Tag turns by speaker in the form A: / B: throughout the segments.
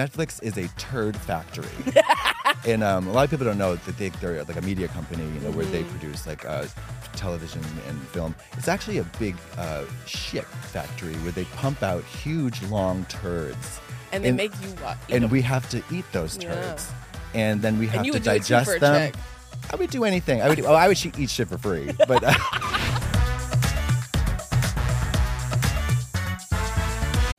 A: Netflix is a turd factory. and um, a lot of people don't know that they, they're like a media company, you know, where they
B: Mm-hmm.
A: produce like uh, television and film. It's actually a big uh, shit factory where they pump out huge, long turds.
B: And they make you wa- eat
A: And
B: them.
A: we have to eat those
B: Yeah.
A: turds. And then we have
B: you
A: to
B: would do it too
A: digest
B: for a
A: them.
B: check.
A: I would do anything. I would. Well, I would sh- eat shit for free. But uh,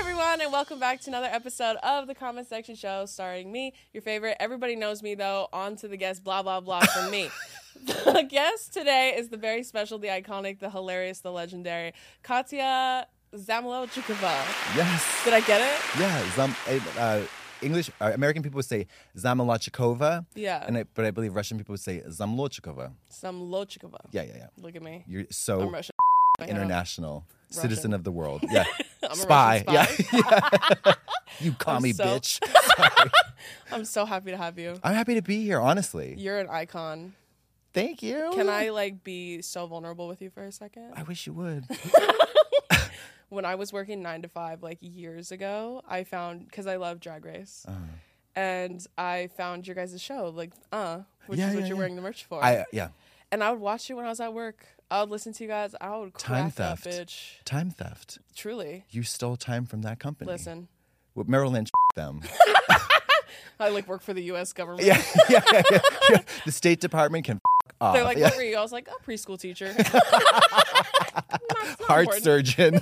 C: everyone, and welcome back to another episode of the Comment Section Show, starring me, your favorite. Everybody knows me though. On to the guest, blah blah blah from me. the guest today is the very special, the iconic, the hilarious, the legendary Katya Zamlochikova.
A: yes.
C: Did I get it?
A: Yeah, Zam, uh, English uh, American people would say Zamolachikova.
C: Yeah.
A: and I, but I believe Russian people would say Zamlochikova.
C: Zamlochikova.
A: Yeah, yeah, yeah.
C: Look at me.
A: You're so
C: I'm Russian. I know.
A: international,
C: Russian.
A: citizen of the world. Yeah,
C: I'm a
A: spy.
C: Russian spy.
A: Yeah, you call
C: I'm
A: me
C: so-
A: bitch.
C: I'm so happy to have you.
A: I'm happy to be here. Honestly,
C: You're an icon.
A: thank you.
C: Can I like be so vulnerable with you for a second?
A: I wish you would.
C: when I was working nine to five like years ago, I found because I love Drag Race,
A: Uh-huh.
C: and I found your guys' show like uh, which
A: Yeah,
C: is what
A: yeah,
C: you're
A: yeah.
C: wearing the merch for.
A: I yeah.
C: and I would watch you when I was at work. I would listen to you guys. I would
A: Time
C: crack up,
A: theft.
C: bitch.
A: Time theft.
C: Truly,
A: You stole time from that company.
C: listen.
A: Well, Merrill Lynch them.
C: I like work for the U.S. government.
A: yeah, yeah, yeah, yeah, yeah. The State Department can f- off.
C: They're like,
A: Yeah.
C: what were you? I was like, a preschool teacher. Not- not
A: heart
C: important.
A: surgeon.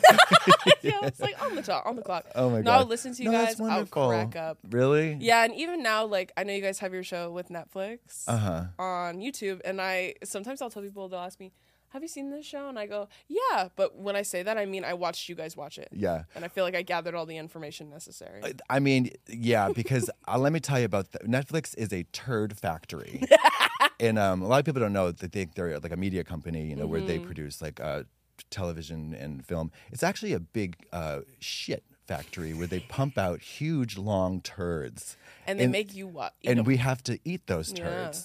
C: Yeah, it's like on the top, on the clock.
A: Oh my
C: no,
A: god.
C: I would listen to you
A: No,
C: guys.
A: that's wonderful.
C: I would crack up.
A: Really?
C: Yeah, and even now, like I know you guys have your show with Netflix
A: Uh-huh.
C: on YouTube, and I sometimes I'll tell people they'll ask me, "Have you seen this show?" And I go, "Yeah," but when I say that, I mean I watched you guys watch it.
A: Yeah.
C: and I feel like I gathered all the information necessary.
A: I mean, yeah, because uh, let me tell you about th- Netflix is a turd factory, and um, a lot of people don't know that they, they're like a media company, you know, where
C: Mm-hmm.
A: they produce like uh, television and film. It's actually a big uh, shit factory where they pump out huge long turds,
C: and they make you watch.
A: and we have to eat those
C: Yeah.
A: turds,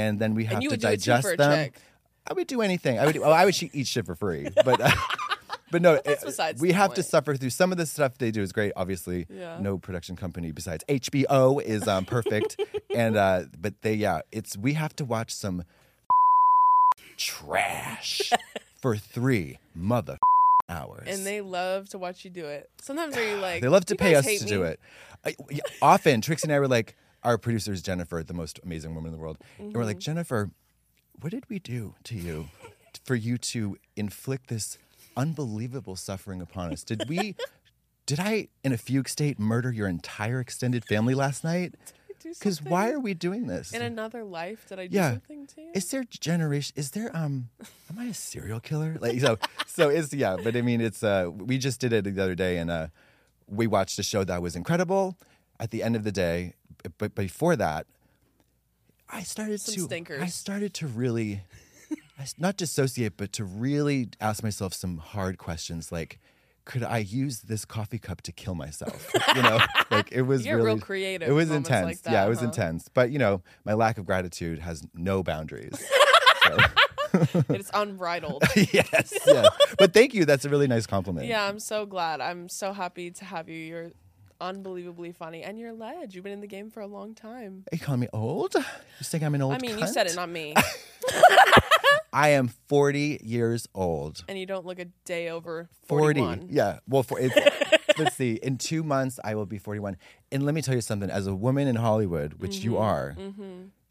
A: and then we have
C: you
A: to
C: would do it too
A: digest
C: for a
A: them.
C: check.
A: I would do anything. I would. well, I would sh- eat shit for free, but. Uh, But no,
C: that's
A: it-
C: besides
A: we
C: the
A: have to
C: point.
A: suffer through some of the stuff they do is great. Obviously,
C: Yeah.
A: no production company besides HBO is um, perfect, and uh, but they yeah, it's we have to watch some trash for three mother hours,
C: and they love to watch you do it. Sometimes are you like
A: they love to
C: "You
A: pay
C: guys
A: us
C: hate
A: to do
C: me."
A: it. I- yeah, often, Trixie and I were like, our producers, Jennifer, the most amazing woman in the world, and we're like,
C: Mm-hmm.
A: Jennifer, what did we do to you for you to inflict this unbelievable suffering upon us? Did we, did I, in a fugue state, murder your entire extended family last night?
C: Do
A: Because
C: something
A: why are we doing this?
C: in another life did I do
A: Yeah.
C: something to you?
A: Is there generation? Is there um? Am I a serial killer? Like so, so it's yeah. But I mean, it's uh, we just did it the other day, and uh, we watched a show that was incredible. At the end of the day, b- but before that, I started
C: Some
A: to I
C: stinkers.
A: started to really, I s- not dissociate, but to really ask myself some hard questions like. Could I use this coffee cup to kill myself? You know, like it was
C: You get real
A: really
C: creative
A: It was
C: moments
A: intense.
C: like
A: yeah,
C: that,
A: it was
C: huh?
A: intense. But you know, my lack of gratitude has no boundaries.
C: it's unbridled.
A: yes. Yeah. But thank you. That's a really nice compliment.
C: Yeah, I'm so glad. I'm so happy to have you. You're unbelievably funny and you're a ledge. You've been in the game for a long time.
A: You call me old? You think I'm an old?
C: I mean, you said it,
A: cunt?
C: not me.
A: I am 40 years old.
C: and you don't look a day over
A: 40.
C: 41.
A: Yeah. Well, for, it's, Let's see. In two months, I will be 41. And let me tell you something. As a woman in Hollywood, which you
C: Mm-hmm.
A: are,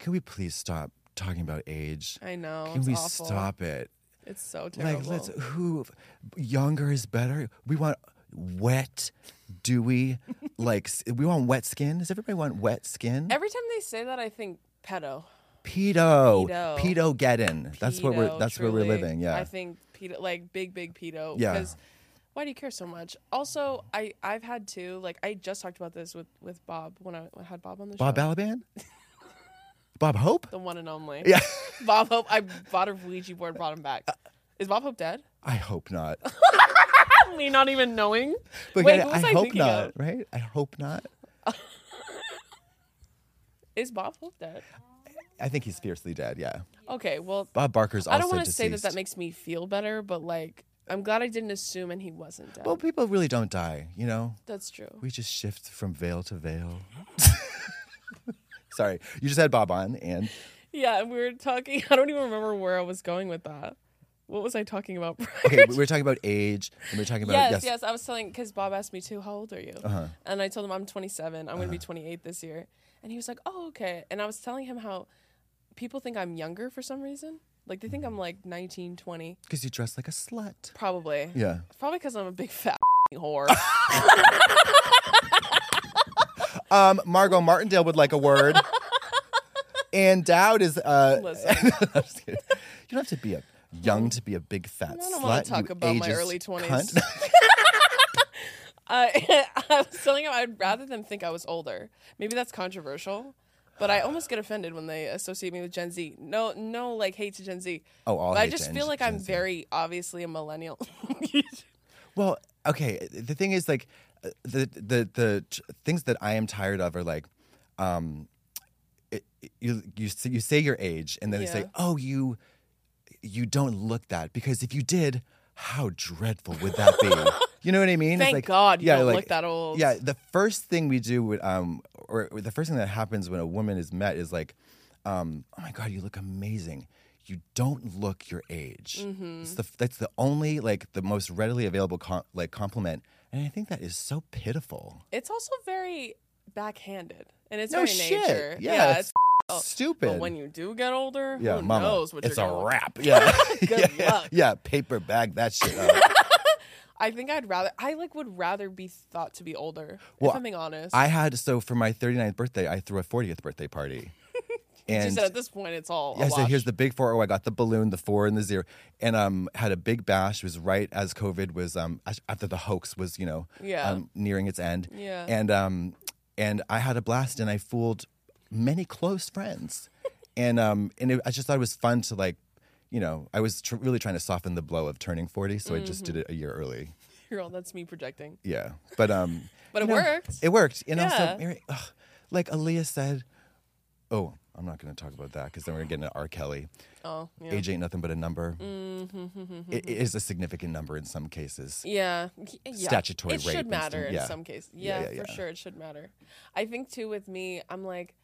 A: can we please stop talking about age?
C: I know.
A: Can
C: it's
A: we
C: awful.
A: stop it?
C: It's so terrible.
A: Like, let's who younger is better. We want wet, dewy, like s- we want wet skin. Does everybody want wet skin?
C: Every time they say that, I think pedo.
A: pedo,
C: Pedo.
A: pedo geddon. That's what we're.
C: Pedo,
A: That's where we're
C: truly.
A: living. Yeah.
C: I think pedo, like big, big pedo.
A: Yeah.
C: Because why do you care so much? Also, I I've had two. Like I just talked about this with with Bob when I I had Bob on the
A: Bob
C: show.
A: Balaban. Bob Hope.
C: the one and only.
A: Yeah.
C: Bob Hope. I bought a Ouija board. Brought him back. Is Bob Hope dead?
A: I hope not.
C: Me not even knowing.
A: But
C: Wait,
A: again,
C: what was
A: I,
C: I,
A: hope
C: thinking
A: not.
C: of?
A: Right? I hope not.
C: Is Bob Hope dead?
A: I think he's fiercely dead. Yeah.
C: Okay. Well,
A: Bob Barker's also
C: I don't want to
A: deceased.
C: say that that makes me feel better, but like I'm glad I didn't assume and he wasn't dead.
A: well, people really don't die. You know,
C: That's true.
A: we just shift from veil to veil. Sorry, you just had Bob on, and
C: Yeah, and we were talking. I don't even remember where I was going with that. What was I talking about? prior
A: okay, we were talking about age, and we were talking about
C: yes,
A: yes, Uh-huh.
C: yes, I was telling because Bob asked me too. How old are you? And I told him I'm 27. I'm going to be 28 this year. And he was like, "Oh, okay." And I was telling him how people think I'm younger for some reason. Like they think I'm like 19, 20,
A: because you dress like a slut.
C: probably.
A: Yeah.
C: Probably because I'm a big fat whore.
A: Um, Margot Martindale would like a word. and Dowd is uh.
C: Listen.
A: I'm just kidding. you don't have to be a young to be a big fat
C: I don't
A: slut.
C: want to talk
A: you
C: about my
A: ageist
C: early 20s.
A: cunt.
C: I, I was telling him I'd rather them think I was older. Maybe that's controversial, but I almost get offended when they associate me with Gen Z. No, no, like hate to Gen Z.
A: Oh, all
C: But I
A: hate to
C: just
A: Gen-
C: feel like I'm
A: Gen Z.
C: very obviously a millennial.
A: Well, okay. The thing is, like, uh, the the the tr- things that I am tired of are like, um, it, it- you you say, you say your age, and then they say,
C: Yeah.
A: "Oh, you you don't look that," because if you did, how dreadful would that be? you know what I mean?
C: Thank God you don't look that old.
A: Yeah, the first thing we do, with, um, or or the first thing that happens when a woman is met is like, um, "Oh my God, you look amazing." You don't look your age.
C: Mm-hmm.
A: It's the, that's the only like the most readily available com- like compliment, and I think that is so pitiful.
C: it's also very backhanded, and it's
A: No
C: very
A: shit.
C: nature.
A: Yeah, that's
C: it's oh,
A: Stupid.
C: But when you do get older,
A: yeah,
C: who
A: mama,
C: knows what
A: it's
C: you're
A: a
C: gonna-
A: wrap. Yeah,
C: Good
A: yeah,
C: luck.
A: yeah. Paper bag that shit. up.
C: I think I'd rather. I like would rather be thought to be older.
A: Well,
C: if I'm being honest,
A: I had so for my 39th birthday, I threw a 40th birthday party, and
C: just at this point, it's all.
A: Yeah,
C: a
A: I said, here's
C: wash.
A: the big four. Oh, I got the balloon, the four and the zero, and um, had a big bash. It was right as COVID was um, as- after the hoax was, you know,
C: Yeah.
A: um, nearing its end.
C: Yeah.
A: and um, and I had a blast, and I fooled many close friends, and um, and it, I just thought it was fun to like, you know, I was tr- really trying to soften the blow of turning forty, so I
C: Mm-hmm.
A: just did it a year early.
C: You're all- that's me projecting.
A: Yeah, but um,
C: But
A: you
C: it worked.
A: It worked, and also,
C: Yeah.
A: Mary, ugh, like Aaliyah said, oh, I'm not going to talk about that because then we're going to get into R. Kelly.
C: Oh, yeah. Mm-hmm.
A: Age ain't nothing but a number. It- it is a significant number in some cases.
C: Yeah. Y- yeah.
A: Statutory
C: It
A: rape
C: should
A: and
C: matter
A: stuff.
C: in
A: Yeah.
C: some cases.
A: Yeah,
C: Yeah,
A: yeah,
C: for
A: yeah.
C: sure. It should matter. I think, too, with me, I'm like,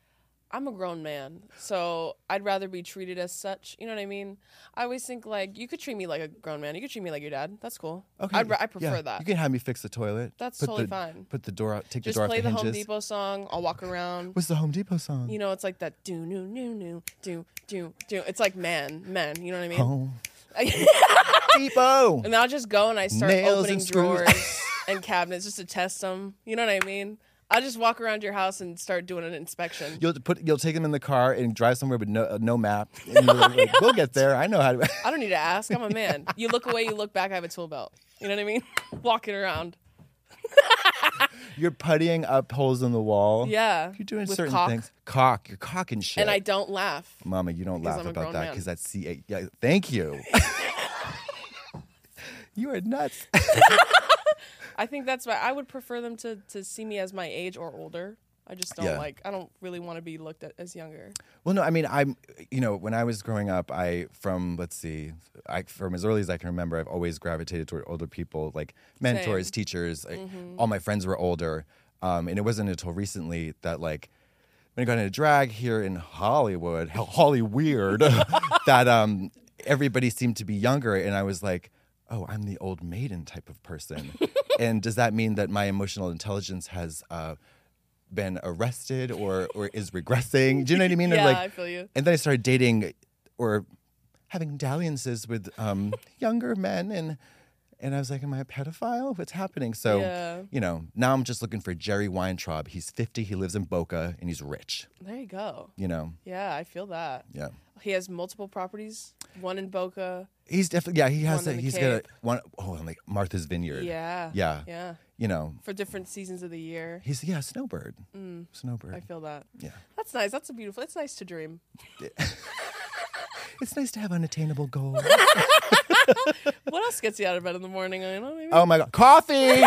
C: I'm a grown man. So I'd rather be treated as such. You know what I mean? I always think, like, you could treat me like a grown man. You could treat me like your dad. That's cool. I'd, ra- I
A: yeah,
C: prefer
A: You
C: that.
A: can have me fix the toilet.
C: That's
A: put
C: totally
A: the-
C: fine.
A: Put the door out. Take
C: Just
A: the door
C: play
A: off
C: the
A: the
C: Home
A: hinges.
C: Depot song. I'll walk around.
A: What's the Home Depot song?
C: You know, it's like that do, no, no, no, do, do, do. It's like man, men. You know what I mean?
A: Home Depot.
C: And I'll just go and I start
A: Nails
C: opening
A: and screws.
C: drawers and cabinets just to test them. You know what I mean? I just walk around your house and start doing an inspection.
A: You'll put. You'll take them in the car and drive somewhere with no uh, no map. And you're like, we'll get there. I know how to.
C: I don't need to ask. I'm a man. You look away, you look back. I have a tool belt. You know what I mean? Walking around.
A: You're puttying up holes in the wall.
C: Yeah.
A: You're doing
C: With
A: certain
C: cock.
A: things. Cock. You're cocking shit.
C: And I don't laugh.
A: Mama, you don't
C: Because
A: laugh
C: I'm a
A: about
C: grown
A: that
C: man.
A: because that's C8. Yeah, thank you. you are nuts.
C: I think that's why I would prefer them to, to see me as my age or older. I just don't
A: Yeah.
C: like. I don't really want to be looked at as younger.
A: Well, no, I mean, I'm, you know, when I was growing up, I, from, let's see, I, from as early as I can remember, I've always gravitated toward older people, like mentors,
C: Same. Mm-hmm.
A: teachers. Like, All my friends were older. Um, and it wasn't until recently that, like, when I got into drag here in Hollywood, ho- Holly Weird, that um, everybody seemed to be younger. And I was like, oh, I'm the old maiden type of person. And does that mean that my emotional intelligence has uh, been arrested or or is regressing? Do you know what I mean? And
C: Yeah,
A: like-
C: I feel you.
A: And then I started dating or having dalliances with um, younger men and. And I was like, "Am I a pedophile? What's happening?" So,
C: Yeah.
A: you know, now I'm just looking for Jerry Weintraub. He's 50, he lives in Boca, and he's rich.
C: There you go.
A: You know,
C: Yeah, I feel that.
A: yeah.
C: He has multiple properties. One in Boca.
A: He's definitely yeah. He has
C: One
A: a,
C: in the
A: he's got a
C: Cape.
A: one oh and like Martha's Vineyard.
C: Yeah.
A: Yeah.
C: Yeah.
A: You know
C: For different seasons of the year.
A: he's yeah snowbird. Snowbird.
C: Mm. I feel that.
A: yeah.
C: That's nice. That's a beautiful. It's nice to dream.
A: It's nice to have unattainable goals.
C: What else gets you out of bed in the morning? I don't know. Maybe.
A: oh my god, coffee.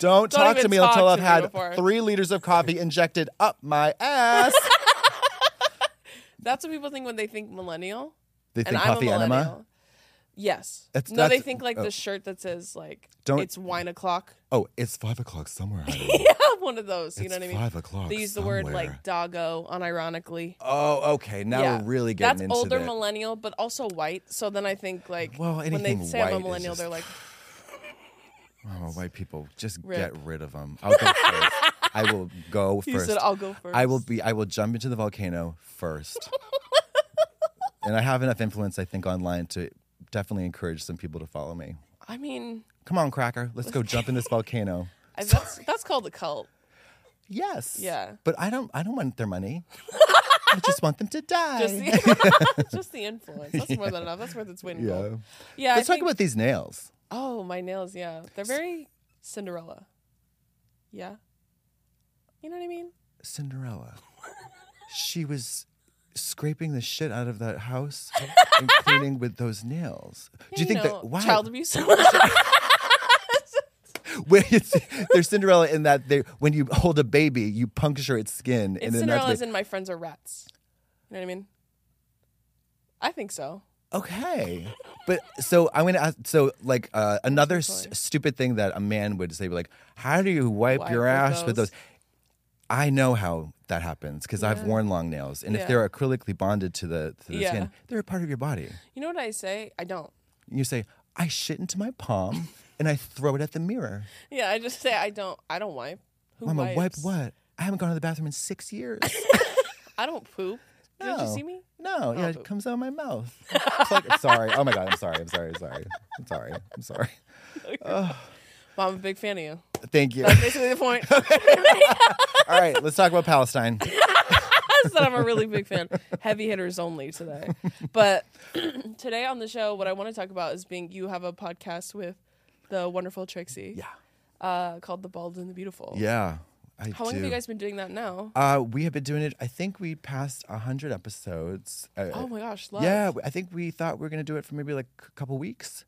A: Don't, talk to
C: even
A: me
C: talk
A: until
C: to
A: I've
C: me
A: had
C: before.
A: three liters of coffee injected up my ass.
C: That's what people think when they think millennial.
A: they
C: and
A: think
C: I'm
A: coffee
C: a millennial.
A: enema.
C: Yes.
A: That's-
C: no,
A: that's-
C: they think like
A: oh.
C: the shirt that says like
A: Don't-
C: it's wine o'clock.
A: Oh, it's five o'clock somewhere. honey.
C: yeah, one of those. You
A: It's
C: know what I mean?
A: five o'clock
C: They use the word
A: somewhere.
C: like doggo unironically.
A: oh, okay. Now
C: yeah.
A: we're really getting
C: That's
A: into
C: older
A: the-
C: millennial, but also white. So then I think like
A: Well,
C: when they
A: anything
C: say
A: white
C: I'm a
A: is
C: millennial,
A: just-
C: they're like,
A: Oh, white people, just
C: Rip.
A: get rid of them. I'll go first. I will go first.
C: You said I'll go first.
A: I will be. I will jump into the volcano first. and I have enough influence, I think, online to definitely encourage some people to follow me.
C: I mean,
A: Come on, Cracker, let's go jump in this volcano.
C: I- that's that's called a cult.
A: Yes.
C: Yeah.
A: But I don't. I don't want their money. I just want them to die.
C: Just the, just the influence. That's more than enough. That's worth its weight in
A: yeah.
C: gold. Yeah. I
A: Let's
C: think-
A: talk about these nails.
C: Oh, my nails, yeah. They're very Cinderella. Yeah. You know what I mean?
A: Cinderella. she was scraping the shit out of that house and cleaning with those nails. Do you think
C: know,
A: that why
C: child abuse?
A: when it's, there's Cinderella in that they, when you hold a baby, you puncture its skin,
C: and
A: then that's
C: Cinderella is
A: what-
C: in my friends are rats. You know what I mean? I think so.
A: okay. But so I'm gonna ask. So like uh, another s-
C: Totally.
A: stupid thing that a man would say, like, how do you wipe,
C: Wipe
A: your
C: with
A: ass with
C: those?
A: those? I know how that happens because I've worn long nails, and
C: Yeah.
A: if they're acrylically bonded to the to the
C: Yeah.
A: skin, they're a part of your body.
C: You know what I say? I don't.
A: You say, I shit into my palm, and I throw it at the mirror.
C: Yeah, I just say I don't. I don't wipe. Who
A: Mama, wipe
C: wipes?
A: what? I haven't gone to the bathroom in six years.
C: I don't poop. Did you
A: No.
C: see me?
A: No, yeah,
C: but-
A: it comes out of my mouth. It's like- sorry. Oh my god, I'm sorry. I'm sorry. I'm sorry. I'm sorry. I'm sorry.
C: Well, I'm a big fan of you.
A: Thank you.
C: That's basically the point.
A: All right, let's talk about Palestine.
C: I said I'm a really big fan. Heavy hitters only today. But today on the show, what I want to talk about is being you have a podcast with the wonderful Trixie.
A: Yeah.
C: Uh, called The Bald and the Beautiful.
A: Yeah. I
C: How long
A: do.
C: have you guys been doing that now?
A: uh, we have been doing it. I think we passed hundred episodes. Uh,
C: oh my gosh, love.
A: Yeah, I think we thought we were going to do it for maybe like a couple weeks,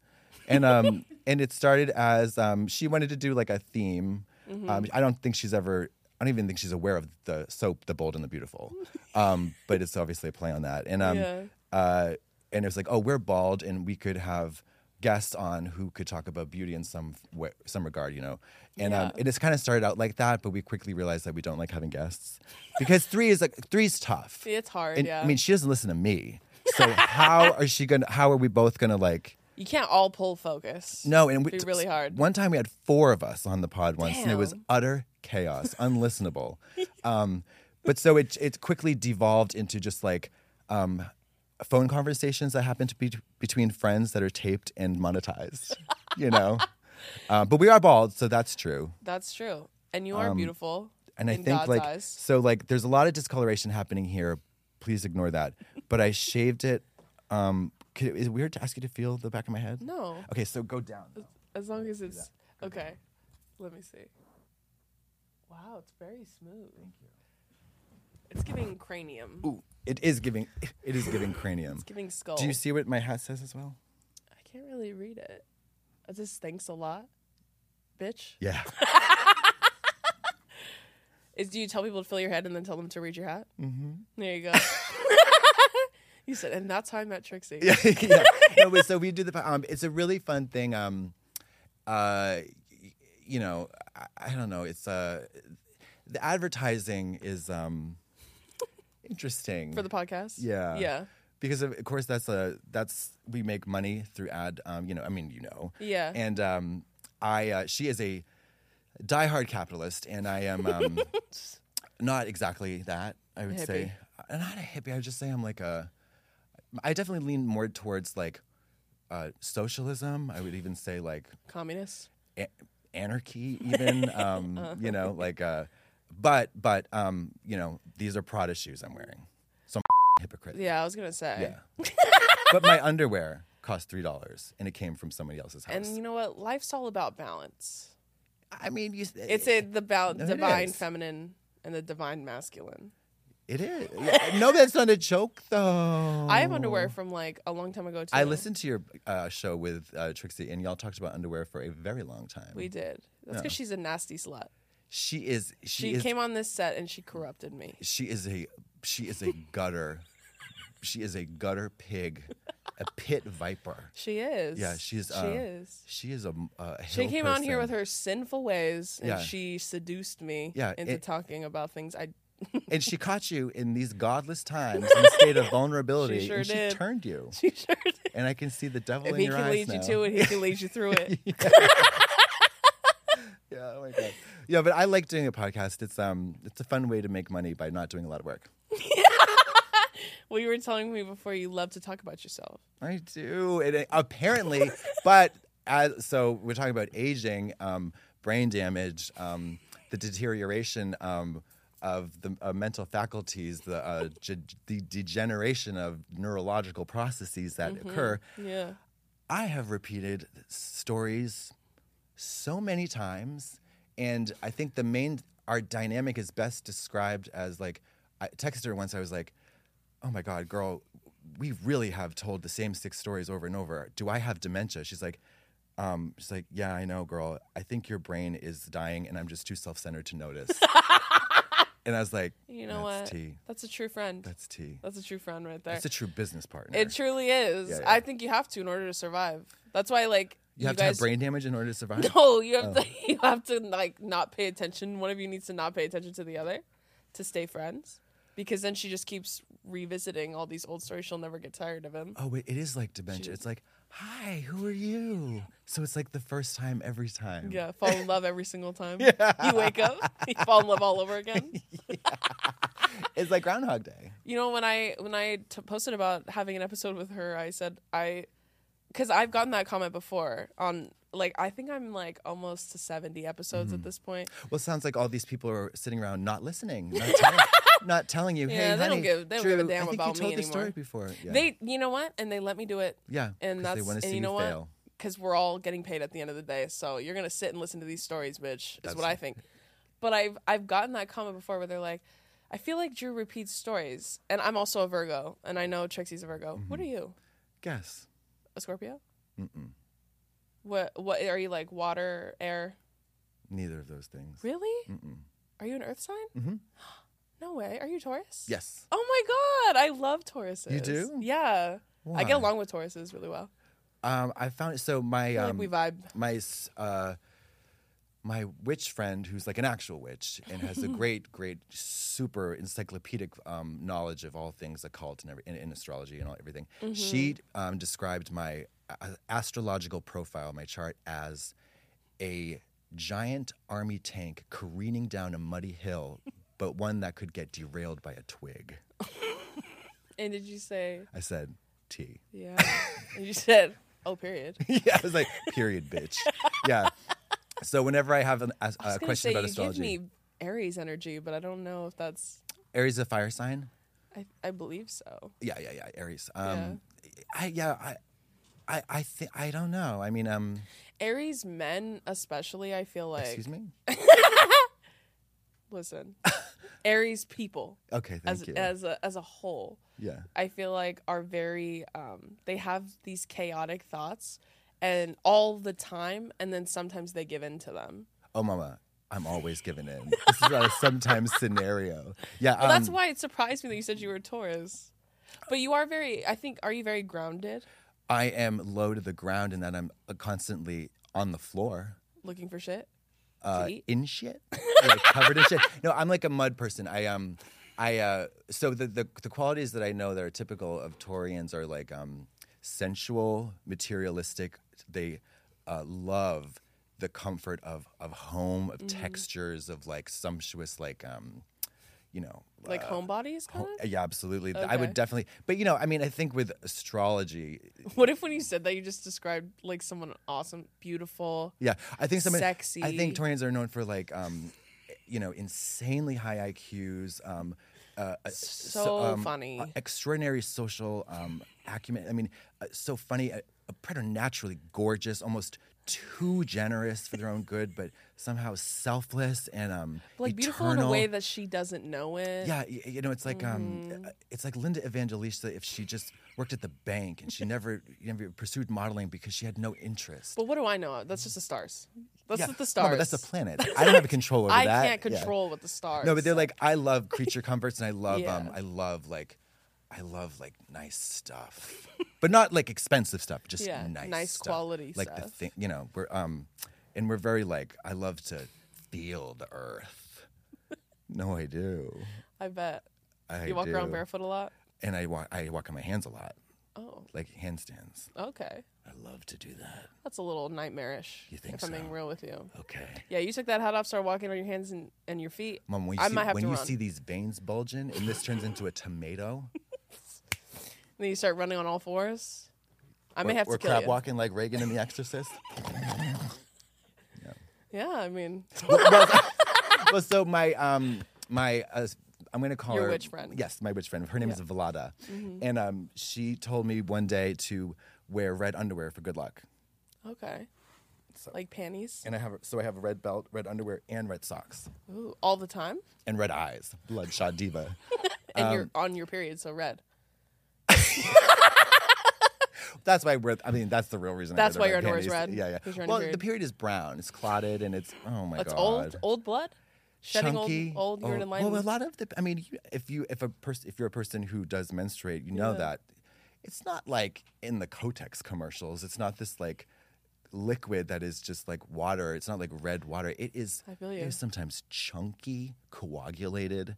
A: and um, and it started as um, she wanted to do like a theme. Um, I don't think she's ever. I don't even think she's aware of the soap, The Bold and the Beautiful, um, but it's obviously a play on that. And um,
C: Yeah.
A: uh, and it was like, oh, we're bald, and we could have guests on who could talk about beauty in some way, some regard, you know. And um, it just kind of started out like that, but we quickly realized that we don't like having guests because three is like three's tough.
C: It's hard,
A: And,
C: yeah.
A: I mean, she doesn't listen to me. So how are she gonna? How are we both gonna like?
C: You can't all pull focus.
A: No, and we
C: It'd be really hard.
A: One time we had four of us on the pod once, and it was
C: Damn.
A: utter chaos, unlistenable. um, but so it it quickly devolved into just like um, phone conversations that happen to be between friends that are taped and monetized. You know, uh, but we are bald, so that's true.
C: That's true. And you are beautiful.
A: Um, and I
C: in
A: think
C: God's
A: like
C: eyes.
A: so like there's a lot of discoloration happening here. Please ignore that. But I shaved it. Um, could, is it weird to ask you to feel the back of my head?
C: No.
A: Okay, so go down.
C: As long as it's okay. Let me see. Wow, it's very smooth. Thank you. It's giving cranium.
A: Ooh, it is giving. It is giving cranium.
C: It's giving skull.
A: Do you see what my hat says as well?
C: I can't really read it. I just thanks a lot, bitch.
A: Yeah.
C: Is do you tell people to fill your head and then tell them to read your hat? Mm-hmm. There you go. you said, and that's how I met Trixie. Yeah.
A: yeah. No, but so we do the. Um, it's a really fun thing. Um, uh, y- you know, I, I don't know. It's uh, the advertising is um, interesting
C: For the podcast.
A: Yeah.
C: Yeah.
A: because of, of course that's a that's we make money through ad. Um, you know, I mean, you know.
C: Yeah.
A: And um, I uh, she is a diehard capitalist, and I am um, not exactly that. I would say I'm not a hippie. I would just say I'm like a. I definitely lean more towards like uh, socialism. I would even say like
C: Communist.
A: a- anarchy even um, you know like uh, but but um, you know these are prada shoes i'm wearing so i'm a hypocrite
C: Yeah, I was gonna say.
A: Yeah. but my underwear cost three dollars and it came from somebody else's house
C: And you know what? Life's all about balance.
A: i mean you,
C: It's a, the bal-
A: No, it
C: divine
A: is.
C: feminine and the divine masculine.
A: it is Yeah, no that's not a joke though
C: I have underwear from like a long time ago too.
A: Oh. i listened to your uh, show with uh, trixie and y'all talked about underwear for a very long time
C: We did. That's because she's a nasty slut.
A: she is she,
C: She
A: is
C: came on this set and she corrupted me.
A: she is a she is a gutter she is a gutter pig a pit viper
C: She is.
A: Yeah, she's.
C: She
A: uh,
C: is.
A: She is a. m- a
C: She
A: hill
C: came on here
A: person.
C: with her sinful ways and
A: Yeah.
C: she seduced me
A: Yeah,
C: into
A: it-
C: talking about things I.
A: and she caught you in these godless times in a state of vulnerability,
C: She sure
A: and she
C: did.
A: turned you.
C: She sure did.
A: And I can see the devil
C: If
A: in
C: he
A: your
C: can
A: eyes
C: lead
A: now.
C: you to it, he can lead you through it.
A: Yeah, oh my God. yeah, but I like doing a podcast. It's um, it's a fun way to make money by not doing a lot of work.
C: Well, you were telling me before you love to talk about yourself.
A: I do. And it, apparently, but as, so we're talking about aging, um, brain damage, um, the deterioration um, of the uh, mental faculties, the, uh, ge- the degeneration of neurological processes that occur.
C: Yeah.
A: I have repeated stories so many times, and I think the main our dynamic is best described as like I texted her once. I was like, "Oh my god, girl, we really have told the same six stories over and over. Do I have dementia?" She's like, um, "She's like, yeah, I know, girl. I think your brain is dying, and I'm just too self-centered to notice." and I was like,
C: You know
A: That's
C: what?
A: tea.
C: That's a true friend. That's,
A: "That's tea.
C: a true friend right there.
A: That's a true business partner.
C: it truly is.
A: Yeah, yeah.
C: I think you have to in order to survive. That's why, like,
A: you have to
C: guys
A: have brain damage in order to survive."
C: No, you have to you have to like not pay attention. One of you needs to not pay attention to the other to stay friends. Because then she just keeps revisiting all these old stories. She'll never get tired of him.
A: Oh, wait, it is like dementia. It's like, hi, who are you? So it's like the first time every time.
C: Yeah, fall in love every single time. You wake up, you fall in love all over again.
A: It's like Groundhog Day.
C: You know, when I when I t- posted about having an episode with her, I said I, because I've gotten that comment before on like I think I'm like almost to seventy episodes at this point.
A: Well, it sounds like all these people are sitting around not listening, not, telling, not telling you, hey,
C: Yeah, they don't
A: honey,
C: give- they don't
A: Drew,
C: give a damn
A: I think
C: about
A: you
C: me
A: told this story
C: anymore."
A: before. Yeah.
C: They, you know what, and they let me do it.
A: yeah,
C: and
A: 'cause
C: that's
A: they want to see
C: and you know
A: you
C: what?
A: fail.
C: Because we're all getting paid at the end of the day, so you're gonna sit and listen to these stories, bitch. Is what I think. But I've I've gotten that comment before where they're like, I feel like Drew repeats stories, and I'm also a Virgo, and I know Trixie's a Virgo.
A: Mm-hmm.
C: What are you?
A: Guess.
C: A Scorpio? Mm-mm. What what are you like? Water, air?
A: Neither of those things.
C: Really? Mm-mm. Are you an Earth sign? Mm-hmm. No way. Are you Taurus?
A: Yes.
C: Oh my god, I love Tauruses.
A: You do?
C: Yeah. I
A: Why?
C: get along with Tauruses really well.
A: Um, I found so my
C: I feel
A: um,
C: like we vibe.
A: my s- uh, my witch friend, who's like an actual witch and has a great, great, super encyclopedic um, knowledge of all things occult and, every, and, and astrology and all everything. She
C: Mm-hmm.
A: um, described my a- astrological profile, my chart, as a giant army tank careening down a muddy hill, but one that could get derailed by a twig.
C: And did you say
A: I said, "T."
C: Yeah. and you said, oh, period.
A: yeah, I was like, "Period, bitch." Yeah. So whenever I have an, a,
C: I was
A: a
C: gonna
A: question
C: say,
A: about
C: you
A: astrology,
C: give me Aries energy, but I don't know if that's.
A: Aries is a fire sign.
C: I, I believe so.
A: Yeah, yeah, yeah. Aries. Um, I yeah, I, I, I think I don't know. I mean, um,
C: Aries men, especially, I feel like.
A: excuse me.
C: Listen, Aries people
A: Okay, thank
C: as
A: you.
C: as a, as a whole,
A: yeah,
C: I feel like are very. Um, they have these chaotic thoughts, and all the time, and then sometimes they give in to them.
A: oh mama, I'm always giving in. this is not a sometimes scenario. Yeah,
C: Well, that's
A: um,
C: why it surprised me that you said you were a Taurus. But you are very. I think. Are you very grounded?
A: I am low to the ground and that I'm uh, constantly on the floor.
C: Looking for shit.
A: uh,
C: eat?
A: in shit, like covered in shit. No, I'm like a mud person. I um, I uh, so the, the the qualities that I know that are typical of Taurians are like um, sensual, materialistic. They uh, love the comfort of of home, of textures, of like sumptuous, like um, you know,
C: Like homebodies, kind
A: ho-
C: of?
A: yeah, absolutely. I would
C: Okay.
A: definitely, but you know, I mean, I think with astrology,
C: What if when you said that, you just described like someone awesome, beautiful?
A: Yeah, I think somebody. I
C: Sexy.
A: think Torians are known for like, um, you know, insanely high IQs. Um, uh, uh, so,
C: So
A: um,
C: funny.
A: uh, extraordinary social um, acumen. I mean, uh, so funny, uh, uh, preternaturally gorgeous, almost too generous for their own good, but somehow selfless and um,
C: But, like beautiful in a
A: eternal.
C: way that Mm-hmm. she doesn't know it.
A: Yeah, y- you know, it's like um, uh, it's like Linda Evangelista if she just worked at the bank and she never, never pursued modeling because she had no interest.
C: But what do I know? That's just the stars. That's
A: Yeah.
C: just the
A: No,
C: stars.
A: but that's the planet. I don't have control over
C: I
A: that.
C: can't
A: Yeah.
C: control what the stars.
A: No, but they're like I love creature comforts and I love
C: Yeah.
A: um I love like I love like nice stuff. but not like expensive stuff, just
C: Yeah,
A: nice
C: nice
A: stuff.
C: quality
A: like the
C: stuff.
A: thing, you know, we're um and we're very like I love to feel the earth. no, I do.
C: I bet.
A: I
C: you walk around
A: do.
C: barefoot a lot.
A: And I walk I walk on my hands a lot,
C: Oh,
A: like handstands.
C: okay.
A: I love to do that.
C: That's a little nightmarish.
A: You think
C: if I'm
A: so?
C: being real with you.
A: Okay.
C: Yeah, you took that hat off, started walking on your hands and, and your feet.
A: Mom, when you,
C: I
A: see,
C: might have
A: when
C: to
A: you
C: run.
A: see these veins bulging and this turns into a tomato,
C: And then you start running on all fours. I may
A: or,
C: have
A: or
C: to kill
A: crab
C: you.
A: walking like Reagan in The Exorcist.
C: Yeah, I mean,
A: well, so my um my uh, I'm gonna call
C: Your
A: her
C: witch friend. Mm-hmm.
A: Yes, my witch friend. Her name is Velada, and um she told me one day to wear red underwear for good luck.
C: okay. Like panties.
A: And I have so I have a red belt, red underwear, and red socks,
C: Ooh, all the time.
A: and red eyes. Bloodshot diva.
C: And
A: Um,
C: you're on your period, so red.
A: That's why we're. I mean, that's the real reason.
C: That's
A: I
C: why
A: wear the
C: your
A: red
C: underwear's
A: panties.
C: red,
A: Yeah,
C: 'cause you're
A: yeah.
C: on
A: Well,
C: your
A: the
C: period.
A: period is brown. It's clotted, and it's oh my
C: That's
A: god.
C: old old blood. Shedding
A: chunky.
C: old old urine
A: old-
C: and
A: well, a
C: lines.
A: lot of the. I mean, you, if you if a person if you're a person who does menstruate, you know that it's not like in the Kotex commercials. It's not this like liquid that is just like water. It's not like red water. It is.
C: I feel
A: it
C: you.
A: is sometimes chunky, coagulated,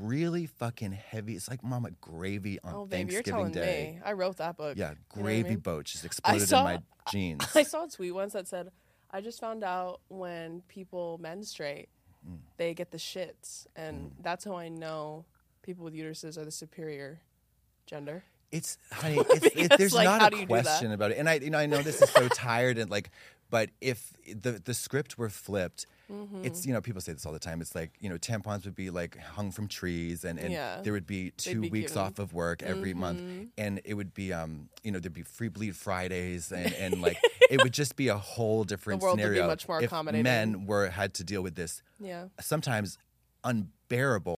A: really fucking heavy. It's like mama gravy on
C: oh, babe, you're
A: Thanksgiving
C: telling
A: Day.
C: me. I wrote that book.
A: Yeah,
C: You know what I
A: gravy
C: mean?
A: boat just exploded
C: saw-
A: in my jeans.
C: I saw a tweet once that said, "I just found out when people menstruate,
A: Mm.
C: they get the shits, and that's how I know people with uteruses are the superior gender."
A: It's honey, it's, it, there's
C: like, how
A: not
C: do you
A: a
C: do that?
A: question about it. And I, you know, I know this is so tired and like, but if the the script were flipped,
C: Mm-hmm.
A: it's you know people say this all the time. It's like you know tampons would be like hung from trees, and and
C: Yeah.
A: there would be two
C: be
A: weeks
C: given- Mm-hmm.
A: off of work every month, and it would be um you know there'd be free bleed Fridays, and and like it would just be a whole different
C: world would be
A: scenario
C: much more
A: if
C: accommodating.
A: men were had to deal with this
C: Yeah.
A: sometimes unbearable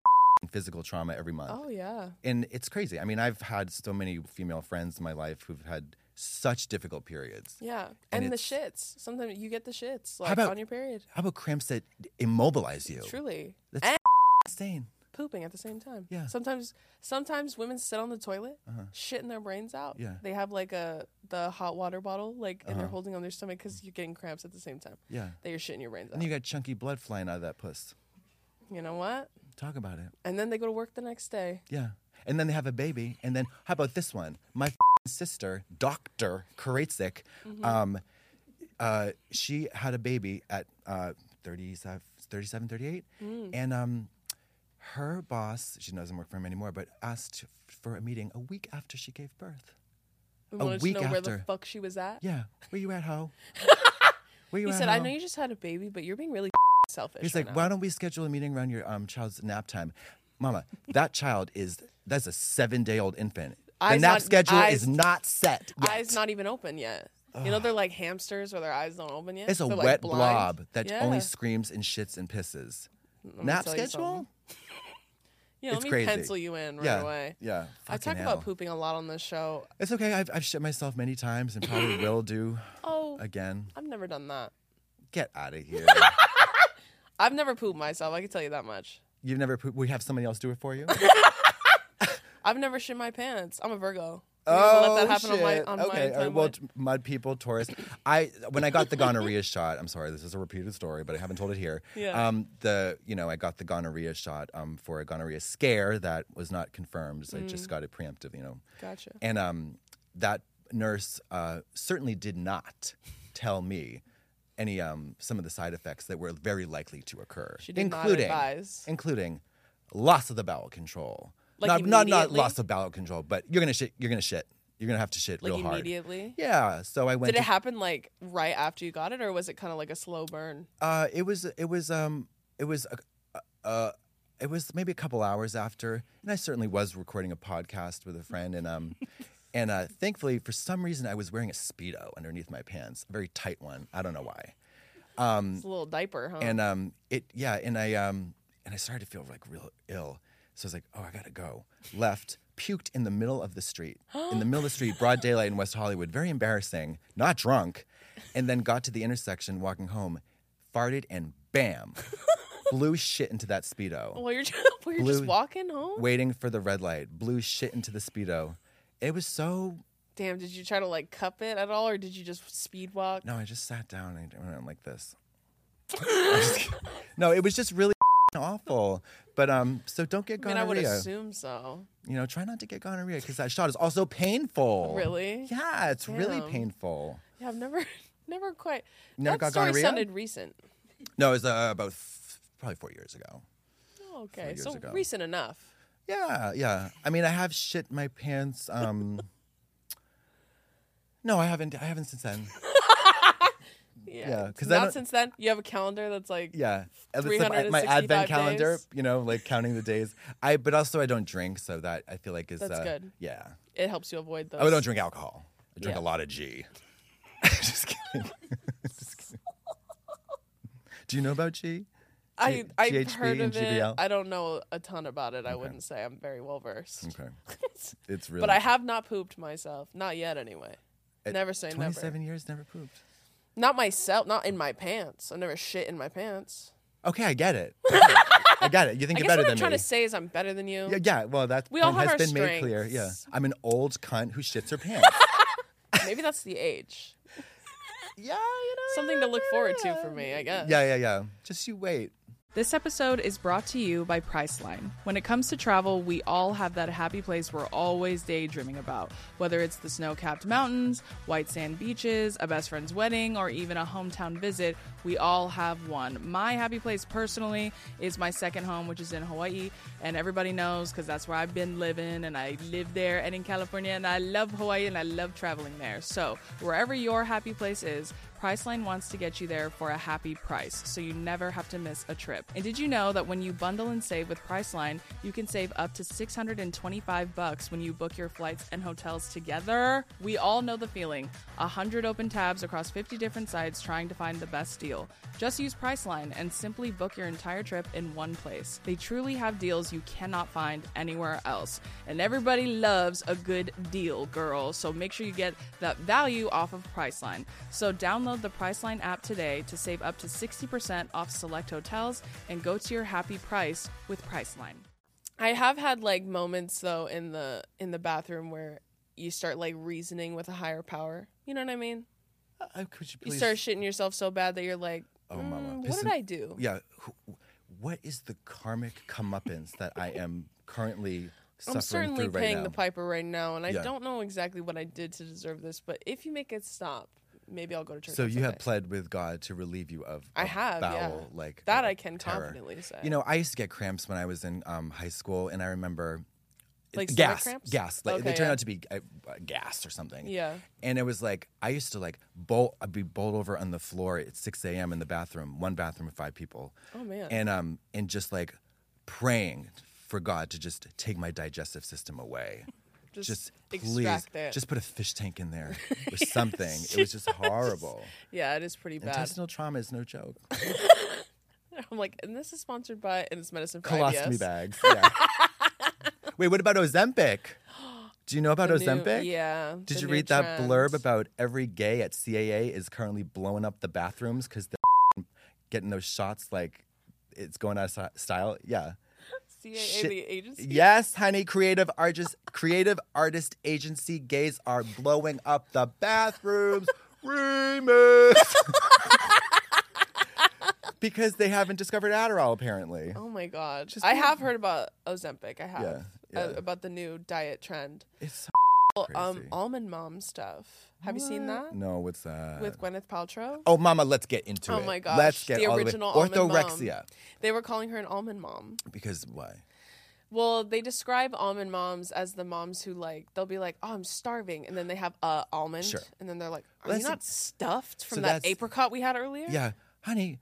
A: physical trauma every month
C: Oh yeah.
A: and it's crazy. I mean, I've had so many female friends in my life who've had such difficult periods.
C: Yeah, and,
A: And
C: the
A: it's-
C: shits. Sometimes you get the shits, like
A: about- Oh.
C: on your period.
A: How about cramps that immobilize you?
C: Truly,
A: That's
C: and
A: insane.
C: pooping at the same time.
A: Yeah. Uh-huh.
C: Sometimes, sometimes women sit on the toilet, shitting their brains out.
A: Yeah. Uh-huh.
C: They have like a the hot water bottle, like, and they're holding on their stomach because you're getting cramps at the same time.
A: Yeah.
C: That you're shitting your brains out.
A: And you got chunky blood flying out of that puss.
C: you know what?
A: Talk about it.
C: And then they go to work the next day.
A: Yeah. And then they have a baby. And then how about this one? My f***ing sister, Dr. Karatzik, um, uh, she had a baby at uh, 37, 37 38. And um, her boss, she doesn't work for him anymore, but asked for a meeting a week after she gave birth.
C: We
A: A
C: wanted
A: week
C: to know where the
A: after.
C: fuck she was at.
A: Yeah. Where you at, ho? Where you
C: He
A: at,
C: said, "I
A: ho?"
C: know you just had a baby, but you're being really selfish."
A: He's
C: right
A: like,
C: now."
A: why don't we schedule a meeting around your um, child's nap time? Mama, that child is, that's a seven day old infant. The
C: Eyes
A: nap
C: not-
A: schedule
C: eyes-
A: is not set. Yet.
C: eyes not even open yet. You know they're like hamsters where their eyes don't open yet.
A: It's a
C: They're, like,
A: wet
C: blind.
A: blob that
C: yeah.
A: only screams and shits and pisses. Nap
C: tell you
A: schedule?
C: something. You know,
A: it's
C: let me
A: crazy.
C: pencil you in right
A: yeah,
C: away.
A: Yeah.
C: I
A: Fucking
C: talk about
A: hell.
C: pooping a lot on this show.
A: It's okay. I've, I've shit myself many times and probably will do
C: Oh,
A: again.
C: I've never done that.
A: Get out of here.
C: I've never pooped myself. I can tell you that much.
A: You've never pooped. We have somebody else do it for you?
C: I've never shit my pants. I'm a Virgo. I'm gonna let that happen on my- on my
A: Oh, okay. all right,
C: timeline.
A: well, t- mud people, Taurus. I when I got the gonorrhea shot. I'm sorry, this is a repeated story, but I haven't told it here.
C: Yeah.
A: Um, the you know I got the gonorrhea shot um, for a gonorrhea scare that was not confirmed. So I just
C: Mm.
A: got it preemptive. You know.
C: Gotcha.
A: And um, that nurse uh, certainly did not tell me any um, some of the side effects that were very likely to occur,
C: She did not
A: including
C: advise.
A: including loss of the bowel control.
C: Like
A: not, not not
C: immediately?
A: loss of bowel control, but you're gonna shit. You're gonna shit. You're gonna have to shit
C: Like
A: real hard.
C: immediately.
A: Yeah. So I went.
C: Did
A: to,
C: it happen like right after you got it, or was it kind of like a slow burn?
A: uh, it was. It was. Um. It was. A, uh, it was maybe a couple hours after, and I certainly was recording a podcast with a friend, and um, and uh, thankfully for some reason I was wearing a speedo underneath my pants, a very tight one. I don't know why.
C: It's a little diaper, huh?
A: Mm. and um, it yeah, and I um, and I started to feel like real ill. So I was like, oh, I gotta go. Left, puked in the middle of the street, in the middle of the street, broad daylight in West Hollywood, very embarrassing. Not drunk, and then got to the intersection, walking home, farted, and bam, blew shit into that speedo.
C: well, you're just, well, you're just
A: Blue-
C: walking home.
A: Waiting for the red light, blew shit into the speedo. It was so
C: Damn, did you try to like cup it at all, or did you just speed walk?
A: No, I just sat down and I went like this. I'm just kidding. no, it was just really awful. But um, so don't get
C: I mean, I would
A: gonorrhea.
C: assume so.
A: you know, try not to get gonorrhea because that shot is also painful.
C: Really?
A: Yeah, it's really
C: Damn.
A: painful.
C: Yeah, I've never, never quite.
A: Never
C: that
A: got
C: story
A: gonorrhea?
C: sounded recent.
A: No, it was uh, about f- probably four years ago.
C: Oh, okay,
A: years
C: so
A: ago.
C: recent enough.
A: Yeah, yeah. I mean, I have shit my pants. Um, no, I haven't. I haven't since then. Yeah,
C: Yeah,
A: 'cause I
C: not
A: don't-
C: since then. You have a calendar that's like
A: Yeah, At least my, my
C: 365
A: advent calendar.
C: days.
A: You know, like counting the days. I but also I don't drink, so that I feel like is
C: That's
A: uh,
C: good.
A: Yeah.
C: it helps you avoid those.
A: Oh, I don't drink alcohol. I drink
C: Yeah.
A: a lot of G. Just kidding. Just kidding. Do you know about G?
C: I
A: G-
C: I've
A: GHB
C: heard
A: and
C: of it.
A: GBL?
C: I don't know a ton about it. I wouldn't say I'm very well versed.
A: Okay. It's really.
C: But I have not pooped myself. Not yet, anyway. never say never.
A: 27 years, never pooped.
C: Not myself. Not in my pants. I never shit in my pants.
A: Okay, I get it. I get it. You think
C: I
A: you're
C: guess
A: better
C: what I'm
A: than
C: trying
A: me.
C: to say is I'm better than you.
A: yeah, yeah, well, that
C: We all
A: point
C: have
A: has
C: our
A: been made clear. Yeah.
C: strengths.
A: I'm an old cunt who shits her pants.
C: Maybe that's the age.
A: yeah, you know.
C: Something to look forward to for me, I guess.
A: Yeah, yeah, yeah. Just you wait.
B: This episode is brought to you by Priceline. When it comes to travel, we all have that happy place we're always daydreaming about. Whether it's the snow capped mountains, white sand beaches, a best friend's wedding, or even a hometown visit, we all have one. My happy place personally is my second home, which is in Hawaii. And everybody knows because that's where I've been living and I live there and in California and I love Hawaii and I love traveling there. So wherever your happy place is, Priceline wants to get you there for a happy price, so you never have to miss a trip. And did you know that when you bundle and save with Priceline, you can save up to 625 bucks when you book your flights and hotels together? We all know the feeling. 100 open tabs across 50 different sites trying to find the best deal. Just use Priceline and simply book your entire trip in one place. They truly have deals you cannot find anywhere else. And everybody loves a good deal, girl. So make sure you get that value off of Priceline. So download the Priceline app today to save up to 60% off select hotels and go to your happy price with Priceline.
C: I have had like moments though in the in the bathroom where you start like reasoning with a higher power. You know what I mean?
A: Uh, could you
C: You
A: please?
C: start shitting yourself so bad that you're like,
A: Oh, mama.
C: "Mm, what
A: Pissin-
C: did I do?
A: Yeah. who- What is the karmic comeuppance that I am currently suffering
C: I'm certainly
A: through right
C: paying
A: now?
C: the piper right now, and I
A: Yeah.
C: don't know exactly what I did to deserve this. But if you make it stop, maybe I'll go to church.
A: So
C: on
A: you have
C: Sunday.
A: pled with God to relieve you of,
C: I
A: of
C: have, yeah.
A: bowel like
C: That
A: uh,
C: I can
A: terror.
C: confidently say.
A: You know, I used to get cramps when I was in um, high school, and I remember
C: Like stomach
A: gas,
C: cramps?
A: gas. Like they
C: Okay,
A: turned
C: yeah.
A: out to be uh, uh, gas or something.
C: Yeah.
A: And it was like I used to like bolt. I'd be bowled over on the floor at 6 a.m. in the bathroom, one bathroom with five people.
C: Oh, man.
A: And um and just like praying for God to just take my digestive system away.
C: Just
A: please,
C: extract it.
A: just put a fish tank in there or something. it was just horrible.
C: yeah, it is pretty bad.
A: Intestinal trauma is no joke.
C: I'm like, and this is sponsored by, and it's medicine for
A: Colostomy
C: IBS.
A: bags. Yeah. Wait, what about Ozempic? Do you know about
C: The new-
A: Ozempic?
C: yeah.
A: Did
C: the
A: you
C: new
A: read that
C: trend.
A: blurb about every gay at CAA is currently blowing up the bathrooms because they're getting those shots like it's going out of si- style? Yeah.
C: CAA,
A: Shit.
C: the agency.
A: Yes, honey, creative artist creative artist agency gays are blowing up the bathrooms. Remix. because they haven't discovered Adderall apparently.
C: Oh my god!
A: Just
C: I
A: be-
C: have heard about Ozempic. I have
A: Yeah,
C: Uh,
A: yeah.
C: about the new diet trend.
A: It's so
C: Well, Um,
A: Crazy.
C: almond mom stuff. Have you seen that
A: No, what's that?
C: with Gwyneth Paltrow?
A: oh, mama, let's get into
C: Oh
A: it.
C: my gosh,
A: Let's get
C: the
A: all
C: original
A: the way.
C: almond mom.
A: Orthorexia.
C: They were calling her an almond mom.
A: Because why?
C: Well, they describe almond moms as the moms who like they'll be like, "Oh, I'm starving," and then they have a almond,
A: Sure.
C: and then they're like, "Are you
A: Listen-
C: not stuffed from
A: So
C: that
A: that's-
C: apricot we had earlier?"
A: Yeah, honey,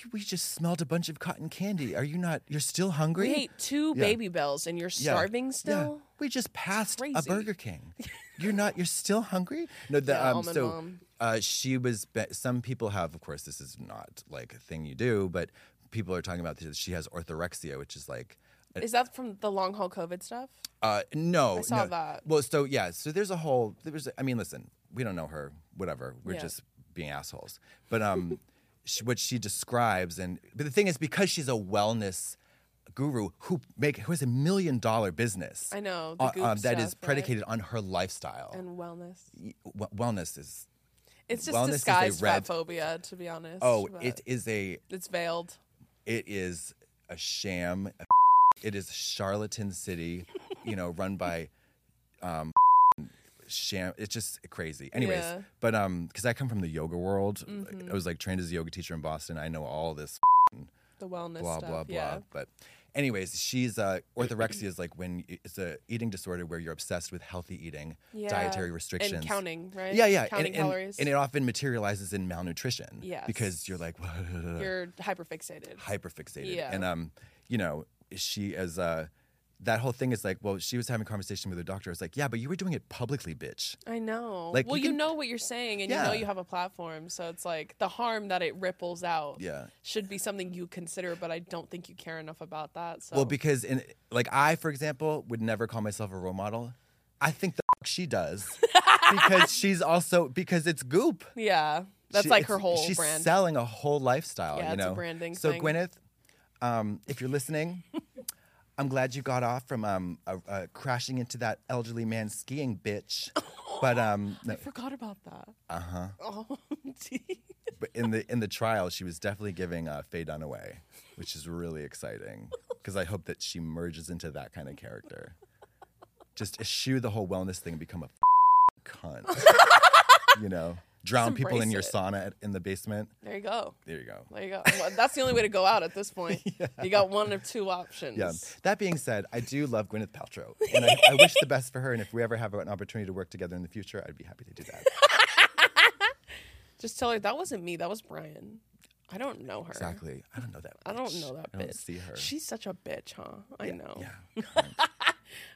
A: you- we just smelled a bunch of cotton candy. Are you not? You're still hungry?
C: We ate two
A: Yeah.
C: baby bells, and you're
A: Yeah,
C: starving
A: yeah.
C: still.
A: We just passed a
C: crazy.
A: Burger King. You're not. You're still hungry. No, the,
C: Yeah,
A: um,
C: almond
A: so
C: mom.
A: uh, she was. Be- some people have. Of course, this is not like a thing you do, but people are talking about this. She has orthorexia, which is like.
C: Is that from the long haul COVID stuff?
A: Uh, no,
C: I saw
A: no.
C: that.
A: Well, so yeah, so there's a whole. There was. I mean, listen, we don't know her. Whatever. We're
C: Yeah.
A: just being assholes. But um, she, what she describes, and but the thing is, because she's a wellness guru who make who has a million dollar business.
C: I know, the
A: uh,
C: goop
A: um, that
C: stuff,
A: is
C: right?
A: predicated on her lifestyle.
C: And wellness.
A: Y- w- wellness is
C: It's just
A: Wellness is a
C: disguised
A: red-
C: fat phobia, to be honest.
A: oh,
C: but
A: it is a
C: it's veiled.
A: it is a sham. a It is charlatan city, you know, run by um sham. It's just crazy. Anyways,
C: Yeah. Mm-hmm.
A: but um, because I come from the yoga world, like, I was like trained as a yoga teacher in Boston. I know all this
C: The wellness
A: blah
C: stuff.
A: blah blah.
C: yeah.
A: But anyways, she's uh, orthorexia is like when y- it's a eating disorder where you're obsessed with healthy eating,
C: Yeah.
A: dietary restrictions,
C: And counting, right?
A: Yeah, yeah,
C: Counting
A: and, and,
C: calories.
A: and it often materializes in malnutrition.
C: Yes.
A: because you're like
C: You're hyperfixated.
A: hyperfixated.
C: Yeah.
A: And um, you know, she as uh that whole thing is like, well, she was having a conversation with her doctor. I was like, yeah, but you were doing it publicly, bitch.
C: I know.
A: Like,
C: well,
A: you
C: you,
A: can-
C: know what you're saying, and you
A: Yeah.
C: know you have a platform, so it's like the harm that it ripples out.
A: Yeah.
C: should be something you consider, but I don't think you care enough about that. So
A: Well, because in like I, for example, would never call myself a role model. I think the fuck she does because she's also because it's goop.
C: yeah, that's
A: She-
C: like her
A: it's-
C: whole
A: she's
C: brand.
A: selling a whole lifestyle.
C: Yeah,
A: you
C: it's a
A: know?
C: branding
A: So
C: thing.
A: Gwyneth, um, if you're listening, I'm glad you got off from um, uh, uh, crashing into that elderly man skiing bitch. But um, no,
C: I forgot about that. Uh huh.
A: Uh-huh.
C: Oh, gee.
A: but in the in the trial, she was definitely giving uh, Faye Dunaway, which is really exciting because I hope that she merges into that kind of character. Just eschew the whole wellness thing and become a cunt. you know, drown
C: Just
A: people in
C: embrace
A: your
C: it.
A: sauna at- in the basement.
C: there you go.
A: There you go.
C: There you go. Well, that's the only way to go out at this point. You got one or two options.
A: Yeah. That being said, I do love Gwyneth Paltrow, and I, I wish the best for her. And if we ever have an opportunity to work together in the future, I'd be happy to do that.
C: Just tell her that wasn't me. That was Brian. I don't know her.
A: Exactly. I don't know that.
C: I don't
A: bitch.
C: know that
A: I
C: bitch.
A: don't see her.
C: She's such a bitch, huh? I know.
A: Yeah. cunt.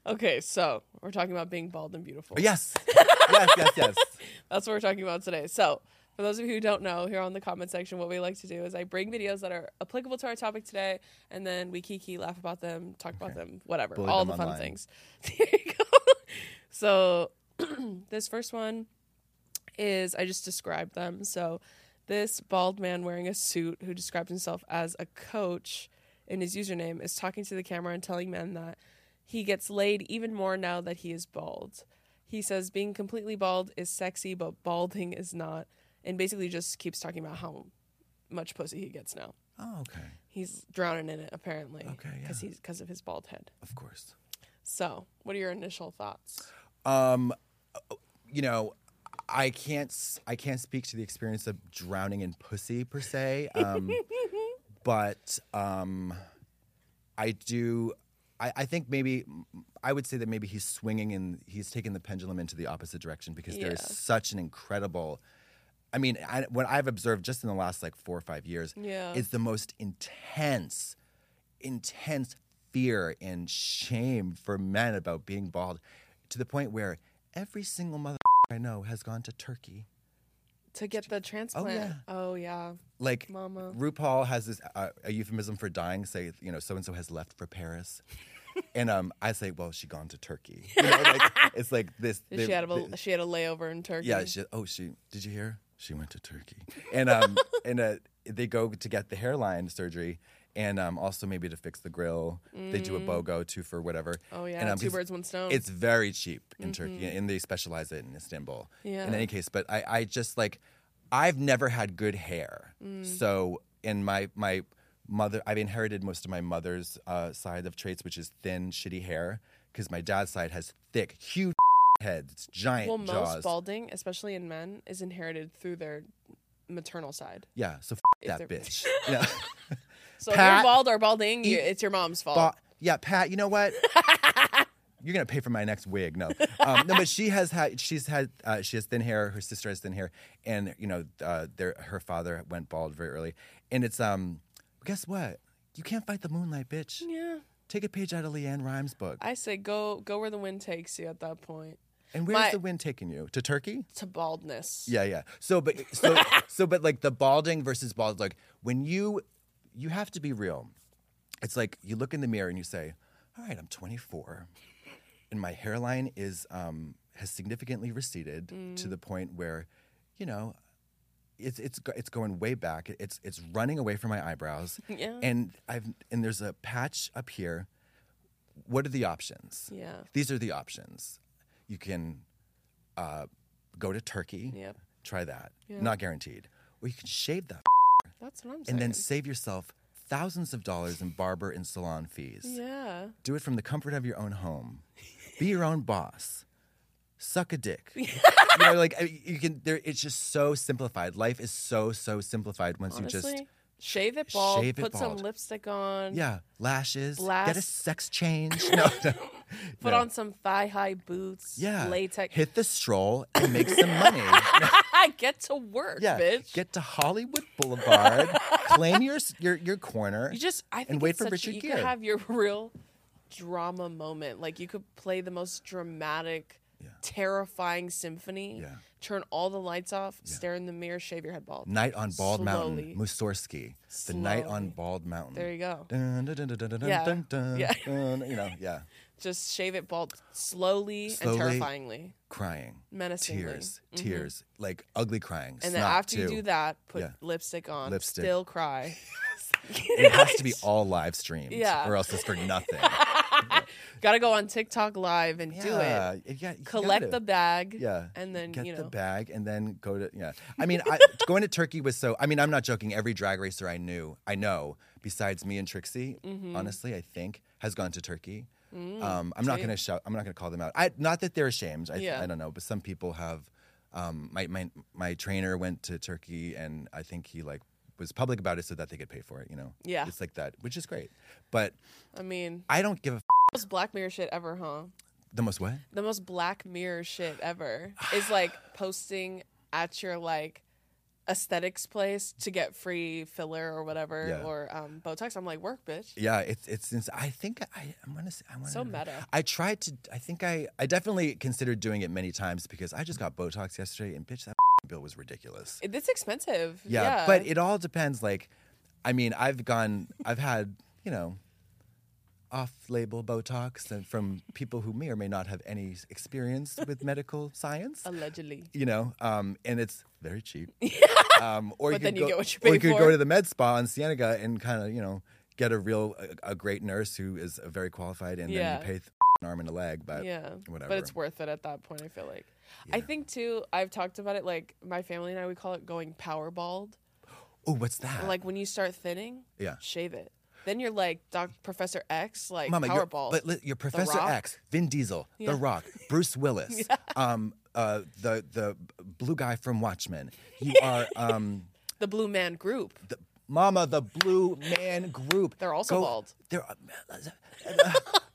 C: Okay, so we're talking about being bald and beautiful.
A: Oh, yes. Yes. Yes. Yes.
C: That's what we're talking about today. So, for those of you who don't know, here on the comment section, what we like to do is I bring videos that are applicable to our topic today, and then we kiki, laugh about them, talk about them, whatever.
A: Bully
C: all
A: them
C: the fun
A: online.
C: things. There you go. So, this first one is I just described them. So, this bald man wearing a suit who describes himself as a coach in his username is talking to the camera and telling men that he gets laid even more now that he is bald. He says being completely bald is sexy, but balding is not, and basically just keeps talking about how much pussy he gets now.
A: Oh, okay.
C: He's drowning in it apparently,
A: Okay, yeah.
C: because he's because of his bald head.
A: Of course.
C: So, what are your initial thoughts?
A: Um, you know, I can't s- I can't speak to the experience of drowning in pussy per se, um, but um, I do. I, I think maybe I would say that maybe he's swinging and he's taking the pendulum into the opposite direction because there is
C: Yeah.
A: such an incredible. I mean, I, what I've observed just in the last like four or five years
C: Yeah.
A: is the most intense intense fear and shame for men about being bald to the point where every single mother I know has gone to Turkey.
C: To get the transplant. Oh yeah.
A: Like
C: Mama.
A: RuPaul has this uh, a euphemism for dying. Say you know so and so has left for Paris, and um I say well she gone to Turkey. You know, like, it's like this.
C: Did
A: they-
C: she had a
A: they-
C: she had a layover in Turkey.
A: yeah. She, oh she did you hear? She went to Turkey, and um and uh, they go to get the hairline surgery, and um, also maybe to fix the grill. They do a BOGO too for whatever.
C: Mm. Oh, yeah,
A: and, um,
C: two
A: because
C: birds, one stone.
A: It's very cheap in Turkey, and they specialize it in Istanbul.
C: Yeah.
A: In any case, but I, I just like I've never had good hair,
C: Mm.
A: so in my my mother, I've inherited most of my mother's uh, side of traits, which is thin, shitty hair, because my dad's side has thick, huge heads, giant
C: Well, most
A: jaws.
C: balding, especially in men, is inherited through their maternal side.
A: yeah, so f- that
C: they're-
A: bitch. yeah.
C: So if
A: Pat-
C: you're bald or balding, you, it's your mom's fault.
A: Ba- yeah, Pat, you know what? You're gonna pay for my next wig. No, um, no, but she has had. She's had. Uh, she has thin hair. Her sister has thin hair, and you know, uh, their her father went bald very early. And it's um, guess what? You can't fight the moonlight, bitch.
C: yeah,
A: Take a page out of Leanne Rhymes' book.
C: I say go go where the wind takes you at that point
A: and where's
C: my-
A: the wind taking you? To Turkey?
C: to baldness.
A: Yeah, yeah. So, but so, so, but like the balding versus bald. Like when you, you have to be real. It's like you look in the mirror and you say, "All right, I'm 24, and my hairline is um, has significantly receded to
C: Mm.
A: the point where, you know, it's it's go- it's going way back. It's it's running away from my eyebrows.
C: Yeah.
A: And I've and there's a patch up here. What are the options?
C: Yeah.
A: These are the options. You can uh, go to Turkey.
C: Yep.
A: Try that. Not guaranteed. Or you can shave that
C: that's what I'm saying.
A: and then save yourself thousands of dollars in barber and salon fees.
C: yeah,
A: Do it from the comfort of your own home. Be your own boss. Suck a dick. you know, like I- you can. There, it's just so simplified. Life is so so simplified once
C: honestly,
A: you just
C: shave it bald,
A: shave it
C: put some
A: bald.
C: lipstick on,
A: yeah lashes. Get a
C: Blast.
A: sex change. No, no.
C: put
A: no.
C: on some thigh high boots,
A: yeah
C: latex.
A: Hit the stroll and make some money.
C: get to work,
A: Yeah,
C: bitch.
A: get to Hollywood Boulevard, claim your your your corner.
C: you just I think
A: wait
C: it's
A: for
C: such-
A: Richard
C: you
A: Gere.
C: could have your real drama moment. Like you could play the most dramatic, terrifying symphony.
A: Yeah.
C: Turn all the lights off, stare in the mirror, shave your head bald.
A: Night on Bald
C: Slowly.
A: Mountain, Mussorgsky. The night on
C: Slowly.
A: Bald Mountain.
C: There you go.
A: Dun, dun, dun, dun, dun, dun,
C: Yeah.
A: dun, dun,
C: Yeah.
A: dun, you know, yeah.
C: Just shave it bald slowly,
A: Slowly.
C: and terrifyingly.
A: Crying,
C: Menacingly.
A: tears, tears, like ugly crying.
C: Mm-hmm. And then after you do that, put
A: Yeah.
C: lipstick on,
A: Lipstick.
C: still cry.
A: it has to be all live streamed,
C: Yeah.
A: or else it's for nothing.
C: Gotta go on TikTok live and do it.
A: Yeah, you got- you
C: Collect
A: gotta.
C: the bag.
A: Yeah.
C: And then,
A: get
C: you
A: the
C: know.
A: bag and then go to yeah. I mean, I, going to Turkey was so. I mean, I'm not joking. Every drag racer I knew, I know, besides me and Trixie,
C: Mm-hmm.
A: honestly, I think has gone to Turkey.
C: Mm,
A: Um, I'm not gonna shout. I'm not gonna call them out. I, not that they're ashamed. I,
C: Yeah.
A: I don't know, but some people have. Um, my my my trainer went to Turkey, and I think he like was public about it so that they could pay for it. You know.
C: Yeah.
A: It's like that, which is great, but
C: I mean,
A: I don't give a f-
C: most Black Mirror shit ever, huh?
A: the most what.
C: The most Black Mirror shit ever is like posting at your like aesthetics place to get free filler or whatever
A: Yeah.
C: or um, Botox. I'm like, work, bitch.
A: Yeah, it's it's. ins- I think I I want to. I want
C: So meta.
A: I tried to. I think I I definitely considered doing it many times because I just got Botox yesterday and bitch that bill was ridiculous.
C: It- It's expensive.
A: Yeah,
C: Yeah.
A: but it all depends. Like, I mean, I've gone. I've had you know. Off-label Botox and from people who may or may not have any experience with medical science,
C: allegedly.
A: you know, um, and it's very cheap. Um, or you could
C: But then you
A: go,
C: get what you
A: or
C: pay
A: you could
C: for.
A: go to the med spa in Cienega and kind of you know get a real a, a great nurse who is very qualified, and
C: Yeah.
A: then you pay th- an arm and a leg, but
C: yeah
A: whatever.
C: but it's worth it at that point i feel like i think too i've talked about it like my family and i we call it going power bald
A: oh, what's that?
C: like when you start thinning
A: Yeah.
C: shave it then you're like doc professor x like
A: Mama,
C: power
A: you're,
C: bald
A: but li- you're Professor
C: Rock.
A: X, Vin Diesel, The Rock, Bruce Willis, um, uh, the the blue guy from Watchmen. You are. Um,
C: the blue man group
A: the, Mama, the Blue Man Group.
C: They're also bald.
A: They're uh,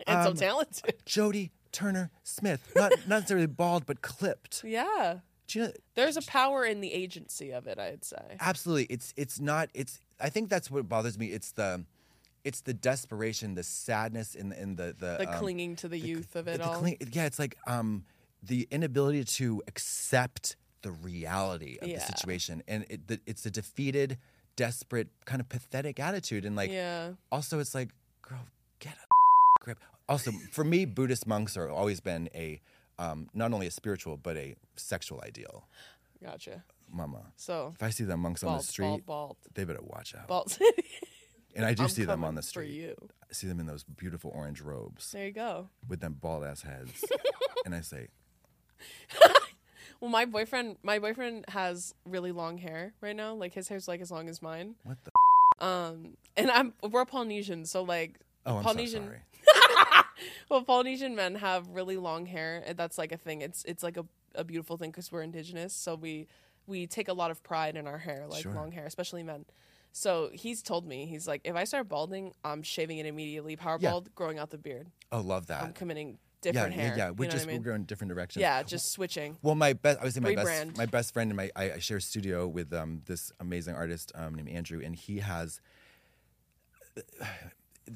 C: and
A: um,
C: so talented
A: Jody Turner Smith, not not necessarily bald, but clipped.
C: yeah
A: Do you know?
C: there's a power in the agency of it i'd say
A: Absolutely, it's it's not. It's I think that's what bothers me. It's the it's the desperation, the sadness, and in the the,
C: the
A: um,
C: clinging to the, youth of it
A: the
C: all
A: cling- yeah, it's like um the inability to accept the reality of the
C: Yeah.
A: situation, and it, the, it's a defeated, desperate, kind of pathetic attitude, and like
C: yeah
A: also it's like girl get a grip also for me buddhist monks are always been a um, not only a spiritual but a sexual ideal
C: gotcha
A: mama
C: so
A: if i see the monks on
C: bald
A: the street
C: bald bald
A: they better watch out
C: bald
A: And I do
C: I'm
A: see them
C: coming
A: on the
C: For
A: street.
C: you.
A: I see them in those beautiful orange robes
C: There you go.
A: with them bald ass heads. and I say,
C: Well, my boyfriend, my boyfriend has really long hair right now. Like his hair's like as long as mine.
A: What the?
C: Um, and I'm we're Polynesian, so like
A: Oh, I'm
C: Polynesian.
A: so sorry.
C: well, Polynesian men have really long hair. and That's like a thing. It's it's like a, a beautiful thing because we're indigenous, so we we take a lot of pride in our hair, like
A: Sure.
C: long hair, especially men. So he's told me he's like, if I start balding, I'm shaving it immediately, power
A: Yeah.
C: bald, growing out the beard.
A: Oh, love
C: I'm
A: that.
C: committing
A: Yeah,
C: different
A: yeah,
C: hair.
A: yeah.
C: you
A: We're
C: know
A: just
C: what I mean?
A: we're going different directions.
C: yeah, just switching.
A: Well, my best, I would say my
C: Rebrand.
A: best, my best friend and my, I, I share studio with um, this amazing artist um, named Andrew, and he has,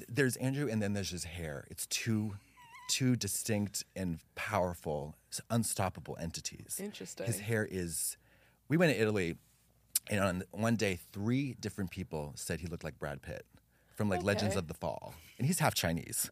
A: there's Andrew, and then there's his hair. It's two, two distinct and powerful, s- unstoppable entities.
C: Interesting.
A: His hair is, we went to Italy, and on one day, three different people said he looked like Brad Pitt from like Legends
C: Okay.
A: of the Fall, and he's half Chinese.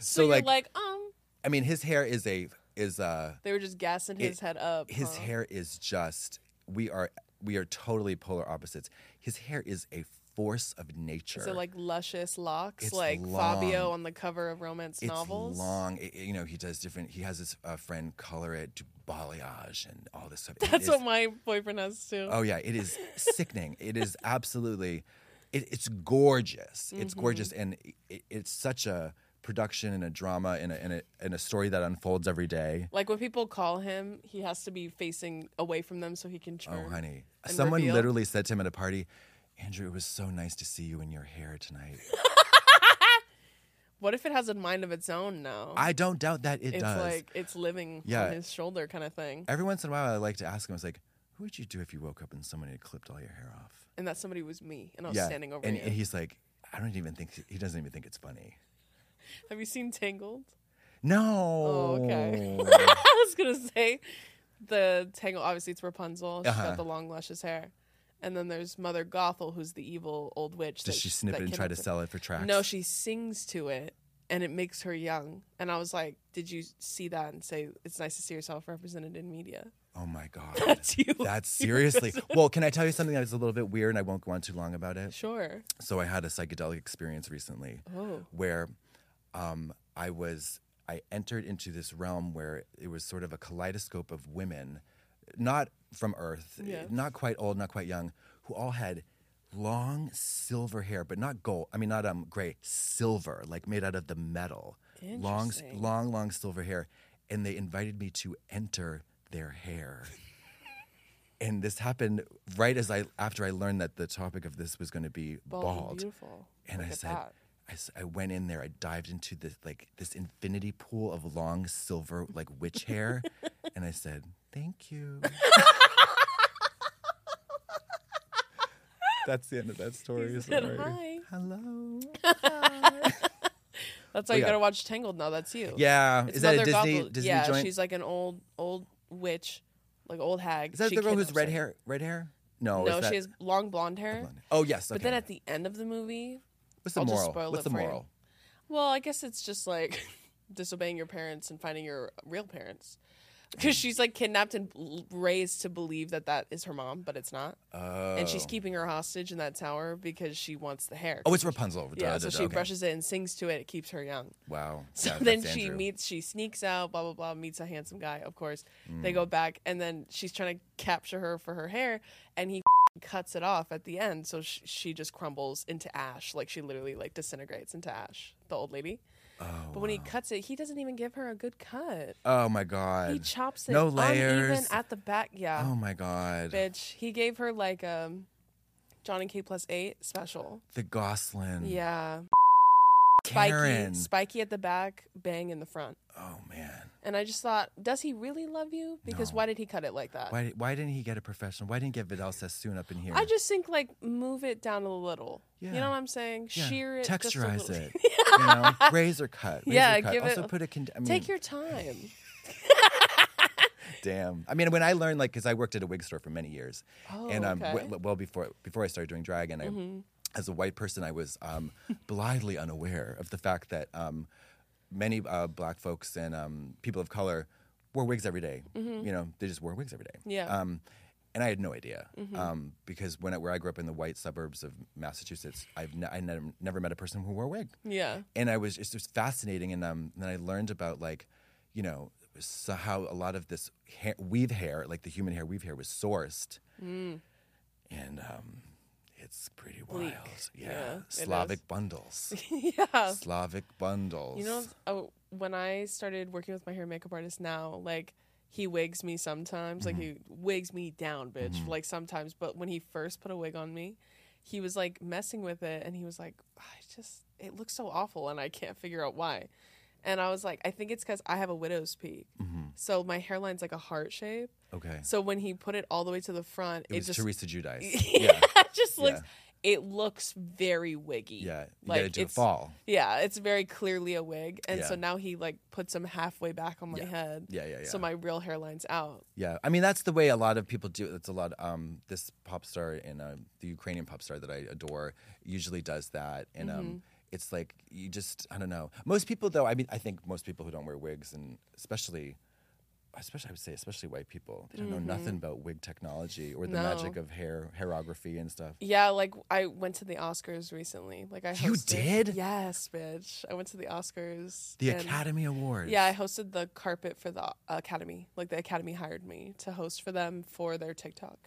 C: So, you're like, um,
A: I mean, his hair is a is a
C: they were just gassing his head up.
A: his
C: huh?
A: hair is just we are we are totally polar opposites. His hair is a force of nature.
C: Is it like luscious locks,
A: It's
C: like Fabio
A: long.
C: on the cover of romance
A: it's
C: novels?
A: long. It- it- you know, he does different. He has his uh, friend color it to balayage and all this stuff. It
C: That's
A: is-
C: what my boyfriend has too.
A: Oh yeah, it is sickening. it is absolutely. It, it's gorgeous. It's
C: Mm-hmm.
A: gorgeous, and it, it's such a production and a drama and a, and, a, and a story that unfolds every day.
C: Like when people call him, he has to be facing away from them so he can turn.
A: Oh, honey.
C: Mm-hmm. and
A: Someone
C: reveal.
A: literally said to him at a party, Andrew, it was so nice to see you in your hair tonight.
C: What if it has a mind of its own now?
A: I don't doubt that it
C: it's
A: does.
C: like it's living
A: Yeah.
C: on his shoulder kind of thing.
A: Every once in a while, I like to ask him, I was like, who would you do if you woke up and someone had clipped all your hair off?
C: And that somebody was me, and I was standing over
A: and,
C: you.
A: and he's like, I don't even think, he doesn't even think it's funny.
C: Have you seen Tangled?
A: No.
C: Oh, okay. I was gonna say the Tangled. Obviously, it's Rapunzel. She's
A: Uh-huh.
C: got the long, luscious hair. And then there's Mother Gothel, who's the evil old witch.
A: Does
C: that-
A: she snip
C: that
A: it and try to
C: kidnaps her.
A: sell it for tracks?
C: No, she sings to it and it makes her young. And I was like, Did you see that and say it's nice to see yourself represented in media?
A: Oh my God.
C: That's you.
A: That's seriously. well, can I tell you something that is a little bit weird and I won't go on too long about it?
C: Sure.
A: so I had a psychedelic experience recently
C: Oh.
A: where um, I was I entered into this realm where it was sort of a kaleidoscope of women, not from Earth, eh,
C: Yeah.
A: not quite old, not quite young, who all had long silver hair, but not gold. I mean, not um gray, silver, like made out of the metal. Long, s-
C: Interesting.
A: long, long silver hair, and they invited me to enter their hair and this happened right as I after I learned that the topic of this was going to be
C: Bald.
A: bald.
C: and Beautiful.
A: And
C: Look
A: I
C: at
A: said,
C: that.
A: I, s- I went in there. I dived into this like this infinity pool of long silver like witch hair, and I said, "Thank you." That's the end of that story.
C: He said,
A: sorry.
C: "Hi."
A: Hello.
C: That's why you
A: Oh, yeah.
C: gotta watch Tangled now. That's you.
A: Yeah,
C: It's
A: is that a
C: Mother
A: Disney
C: Gothel.
A: Disney
C: yeah,
A: joint?
C: she's like an old, old witch, like old hag.
A: is that
C: She
A: the girl who's
C: kidnaps
A: red
C: her.
A: hair? Red hair? No.
C: No,
A: is that,
C: she has long blonde hair.
A: Oh yes. Okay.
C: But then at the end of the movie,
A: what's the
C: I'll just
A: moral?
C: spoil
A: What's
C: it
A: the
C: for you.
A: moral?
C: Well, I guess it's just like disobeying your parents and finding your real parents.
A: Hmm.
C: Because she's like kidnapped and l- raised to believe that that is her mom, but it's not. And she's keeping her hostage in that tower because she wants the hair.
A: Oh, it's Rapunzel.
C: yeah,
A: Duh,
C: so
A: duh, duh,
C: she
A: okay.
C: brushes it and sings to it. It keeps her young.
A: Wow.
C: So
A: Yeah,
C: then
A: that's
C: she
A: Andrew.
C: meets, she sneaks out, blah, blah, blah, meets a handsome guy, of course.
A: Mm.
C: They go back, and then she's trying to capture her for her hair, and he cuts it off at the end. So she, she just crumbles into ash. Like she literally like disintegrates into ash, the old lady. but when he cuts it, he doesn't even give her a good cut.
A: Oh my god.
C: He chops it
A: No
C: uneven
A: layers.
C: at the back. Yeah.
A: oh my god.
C: Bitch, he gave her like um John and K plus eight special.
A: The Goslin.
C: Yeah.
A: Karen.
C: Spiky, spiky at the back, bang in the front.
A: oh man.
C: And I just thought, does he really love you? Because why did he cut it like that?
A: Why, why didn't he get a professional? Why didn't he get Vidal Sassoon up in here?
C: I just think like move it down a little. You
A: Yeah.
C: know what I'm saying?
A: Yeah,
C: Sheer it, just a
A: Texturize
C: little.
A: it. You know, razor cut. razor
C: Yeah,
A: cut.
C: give it-
A: also put a. Con- I mean,
C: Take your time.
A: Damn. I mean, when I learned, like, because I worked at a wig store for many years,
C: Oh,
A: and um,
C: okay. Mm-hmm.
A: w- well before before I started doing drag, and I, as a white person, I was um, blithely unaware of the fact that um, many uh, black folks and um, people of color wore wigs every day. You know, they just wore wigs every day.
C: Mm-hmm. Yeah. Mm-hmm.
A: Um, and I had no idea um, because when I, where I grew up in the white suburbs of Massachusetts, I've ne- I ne- never met a person who wore a wig
C: Yeah.
A: and I was it's just fascinating. And um, then I learned about like, you know, so how a lot of this hair, weave hair, like the human hair weave hair, was sourced, and um, it's pretty wild.
C: Mm. Bleak.
A: Yeah,
C: Yeah, it is.
A: Slavic bundles,
C: yeah.
A: Slavic bundles.
C: You know, oh, when I started working with my hair and makeup artist now, like he wigs me sometimes, like he
A: Mm-hmm.
C: wigs me down, bitch, like sometimes. But when he first put a wig on me, he was like messing with it, and he was like, "Ah, "I just it looks so awful, and I can't figure out why." And I was like, "I think it's because I have a widow's peak,
A: Mm-hmm.
C: so my hairline's like a heart shape.
A: okay,
C: So when he put it all the way to the front,
A: it
C: it,
A: was
C: just
A: Teresa Judice. yeah,
C: it just looks." It looks very wiggy.
A: yeah, you gotta
C: like
A: do a
C: it's
A: fall.
C: yeah, it's very clearly a wig, and so
A: Yeah.
C: now he like puts them halfway back on my head.
A: Yeah, yeah, yeah.
C: So my real hairline's out.
A: Yeah, I mean that's the way a lot of people do it. That's a lot. Um, this pop star and uh, the Ukrainian pop star that I adore usually does that, and
C: Mm-hmm.
A: um, it's like you just I don't know. Most people though, I mean, I think most people who don't wear wigs and especially, especially I would say especially white people, they don't know nothing about wig technology or the
C: Mm-hmm. No.
A: magic of hair hairography and stuff.
C: Yeah, like I went to the Oscars recently. Like I hosted,
A: You did?
C: Yes, bitch. I went to the Oscars.
A: The
C: and-
A: Academy Awards.
C: Yeah, I hosted the carpet for the Academy. Like the Academy hired me to host for them for their TikTok.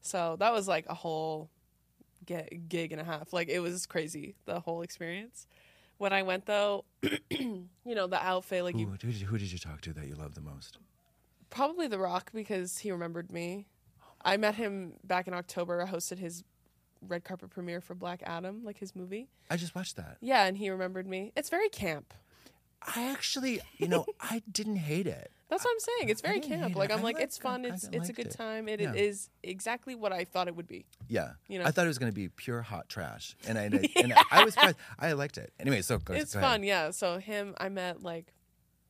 C: So that was like a whole ge- gig and a half. Like it was crazy the whole experience. When I went though, you know the outfit like
A: Who,
C: you
A: who, did you, who did you talk to that you love the most?
C: Probably The Rock because he remembered me. I met him back in October. I hosted his red carpet premiere for Black Adam, like his movie.
A: I just watched that.
C: Yeah, and he remembered me. It's very camp.
A: I actually, you know, I didn't hate it.
C: That's what I'm saying. It's very
A: didn't hate
C: camp.
A: it.
C: Like
A: I
C: I'm like,
A: liked-
C: it's fun.
A: I- I
C: It's it's a
A: liked
C: good
A: it.
C: time. It,
A: Yeah.
C: it is exactly what I thought it would be.
A: Yeah.
C: You know?
A: I thought it was going to be pure hot trash. And I, and I, and I was surprised. I liked it. Anyway, so go,
C: It's
A: go ahead.
C: fun. Yeah. So him, I met like,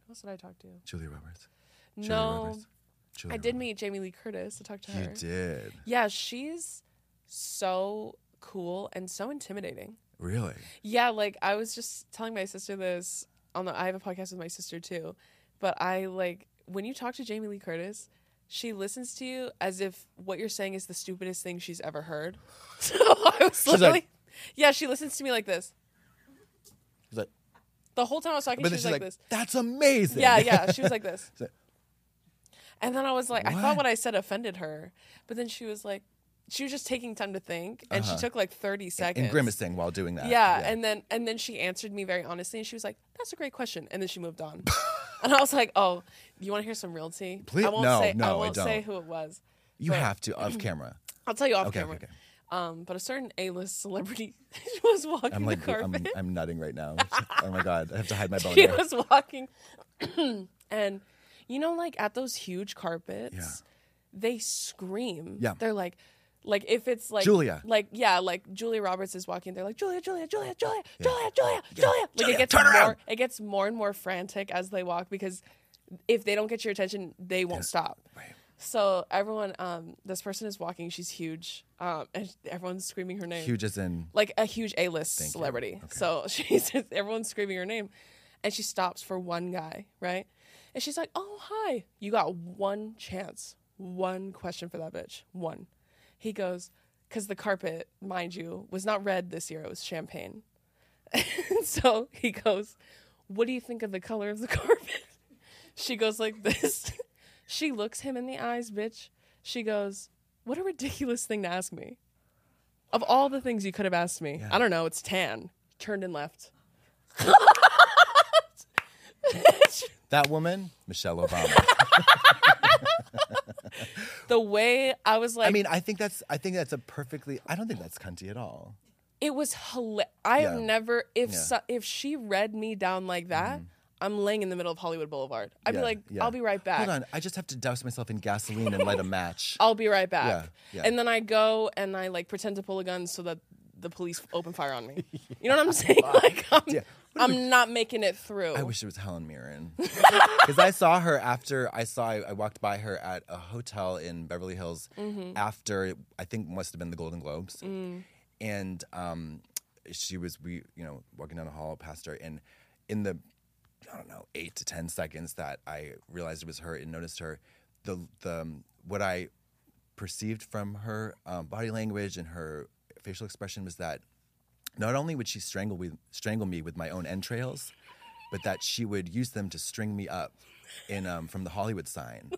C: who else did I talk to?
A: Julia Roberts. Julia
C: no,
A: Roberts. Julia
C: I did
A: Roberts.
C: meet Jamie Lee Curtis. I talked to her.
A: You did.
C: Yeah, she's so cool and so intimidating.
A: Really?
C: Yeah, like I was just telling my sister this on the I have a podcast with my sister too. But I like when you talk to Jamie Lee Curtis, she listens to you as if what you're saying is the stupidest thing she's ever heard. So I was
A: She's like-
C: literally Yeah, she listens to me like this.
A: She's like,
C: The whole time I was talking,
A: but then
C: she was
A: she's
C: like,
A: like,
C: this.
A: that's amazing.
C: Yeah, yeah. She was like this.
A: She's like,
C: And then I was like, I thought
A: What?
C: what I said offended her. But then she was like she was just taking time to think and she took like thirty seconds.
A: Uh-huh. and grimacing while doing that.
C: yeah, and then and then she answered me very honestly and she was like that's a great question and then she moved on and i was like oh you want to hear some real tea
A: Please-
C: i won't
A: no,
C: say
A: no,
C: i
A: I
C: won't say
A: don't.
C: who it was
A: you
C: but-
A: have to off camera.
C: i'll tell you off
A: Okay, okay,
C: camera
A: okay.
C: um but a certain a-list celebrity was walking
A: I'm like,
C: the carpet
A: I'm, I'm nutting right now. oh my God. I have to hide my bone.
C: she was walking and you know like at those huge carpets
A: Yeah.
C: they scream
A: Yeah.
C: they're like like if it's like
A: Julia.
C: like yeah, like Julia Roberts is walking, they're like Julia, Julia, Julia, Julia, Julia, Julia, Julia. Like
A: Julia,
C: it gets
A: turn
C: more,
A: around.
C: it gets more and more frantic as they walk because if they don't get your attention, they won't stop.
A: Right.
C: So everyone, um, this person is walking. She's huge, um, and everyone's screaming her name
A: Huge as in,
C: like a huge A list celebrity. So she's everyone's screaming her name, and she stops for one guy, right? And she's like, "Oh hi, you got one chance, one question for that bitch, one." He goes, "Cause the carpet, mind you, was not red this year; it was champagne." and so he goes, "What do you think of the color of the carpet?" She goes like this. she looks him in the eyes, bitch. She goes, "What a ridiculous thing to ask me." Of all the things you could have asked me, I don't know. It's tan, turned and left.
A: that woman, Michelle Obama.
C: The way I was like,
A: I mean, I think that's, I think that's a perfectly, I don't think that's cunty at all.
C: it was hilarious. I have
A: Yeah. Mm-hmm.
C: never if so, if she read me down like that, I'm laying in the middle of Hollywood Boulevard. I'd
A: Yeah,
C: be like,
A: yeah.
C: I'll be right back. Oh.
A: Hold on. I just have to douse myself in gasoline and light a match.
C: I'll be right back.
A: Yeah, yeah.
C: And then I go and I like pretend to pull a gun so that the police open fire on me. You know what I'm saying? Like I'm,
A: What
C: I'm not making it through.
A: I wish it was Helen Mirren because I saw her after I saw I, I walked by her at a hotel in Beverly Hills
C: Mm-hmm.
A: after I think must have been the Golden Globes,
C: Mm.
A: and um, she was we you know walking down the hall past her and in the I don't know eight to ten seconds that I realized it was her and noticed her the the um, what I perceived from her um, body language and her facial expression was that not only would she strangle with, strangle me with my own entrails, but that she would use them to string me up in um, from the Hollywood sign,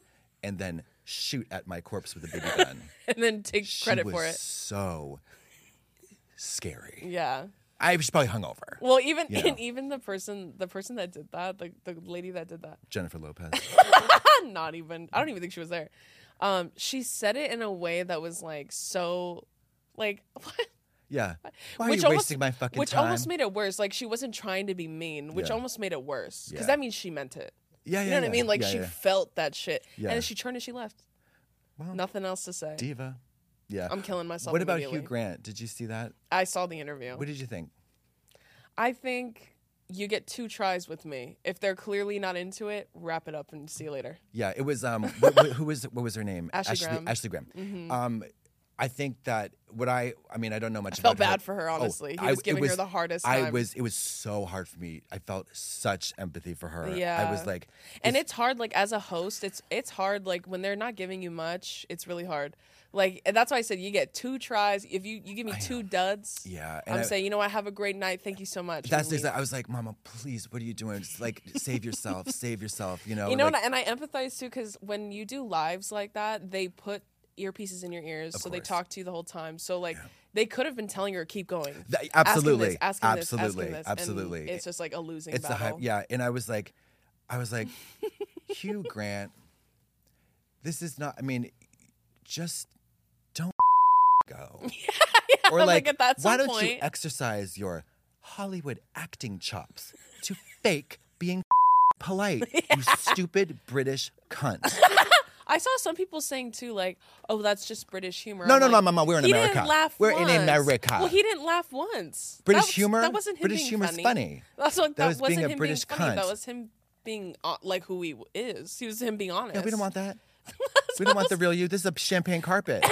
A: and then shoot at my corpse with a BB gun.
C: and then take
A: She
C: credit
A: was
C: for it.
A: So scary.
C: Yeah.
A: I was probably hungover.
C: Well, even
A: Yeah.
C: and even the person the person that did that, the, the lady that did that,
A: Jennifer Lopez.
C: not even I don't even think she was there. Um, she said it in a way that was like so like
A: Yeah. Why are
C: which
A: you
C: almost,
A: wasting my fucking
C: which
A: time?
C: almost made it worse. Like she wasn't trying to be mean, which
A: Yeah.
C: almost made it worse because
A: Yeah.
C: that means she meant it.
A: yeah, yeah,
C: You know what
A: yeah.
C: I mean? Like
A: Yeah,
C: she
A: yeah.
C: felt that shit,
A: Yeah.
C: and then she turned and she left.
A: Well,
C: Nothing else to say.
A: diva. Yeah.
C: I'm killing myself.
A: what about Hugh
C: immediately.
A: Grant? Did you see that?
C: I saw the interview.
A: What did you think?
C: I think you get two tries with me. If they're clearly not into it, wrap it up and see you later.
A: Yeah, it was. Um, what, what, who was? What was her name?
C: Ashley Graham. Mm-hmm.
A: Ashley Graham. Um, I think that what I. I mean, I don't know much. I
C: felt
A: about Oh,
C: bad for her, honestly. He was
A: it
C: giving her the hardest
A: I
C: time.
A: was. It was so hard for me. I felt such empathy for her. I
C: Yeah.
A: was like,
C: And it's hard, like as a host, it's it's hard, like when they're not giving you much, it's really hard. Like and that's why I said you get two tries. If you you give me two duds,
A: Yeah, and
C: I'm
A: I-
C: saying you know what, have a great night, thank you so much.
A: That's
C: and leave.
A: exactly. I was like, Mama, please, what are you doing? Just like, save yourself, save yourself. You know.
C: You know,
A: like,
C: and I and I empathize too because when you do lives like that, they put earpieces in your ears, so they
A: course.
C: talk to you the whole time. So like they could have been telling her keep going.
A: Th-
C: Ask him
A: absolutely,
C: this, ask him this, ask him
A: absolutely,
C: this," and
A: absolutely.
C: it's just like a losing
A: it's the
C: battle.
A: hype. Yeah, and I was like, I was like, Hugh Grant, this is not. I mean, just don't go. or
C: like,
A: like,
C: at that
A: why
C: some
A: don't you
C: point-
A: exercise your Hollywood acting chops to fake being polite? You stupid British cunt.
C: I saw some people saying too, like, "Oh, that's just British humor."
A: No,
C: I'm
A: no, no,
C: like,
A: Mama. We're in
C: he
A: America.
C: Didn't laugh
A: We're
C: once.
A: in America.
C: Well, he didn't laugh once. That
A: British
C: was-
A: humor.
C: That wasn't him
A: British
C: being
A: humor's
C: funny.
A: funny.
C: That's what, that,
A: was
C: wasn't
A: being a
C: him
A: British
C: being funny.
A: cunt.
C: That was him being uh, like who he w- is. He was him being honest.
A: Yeah, we don't want that. we don't want the real you. This is a champagne carpet. you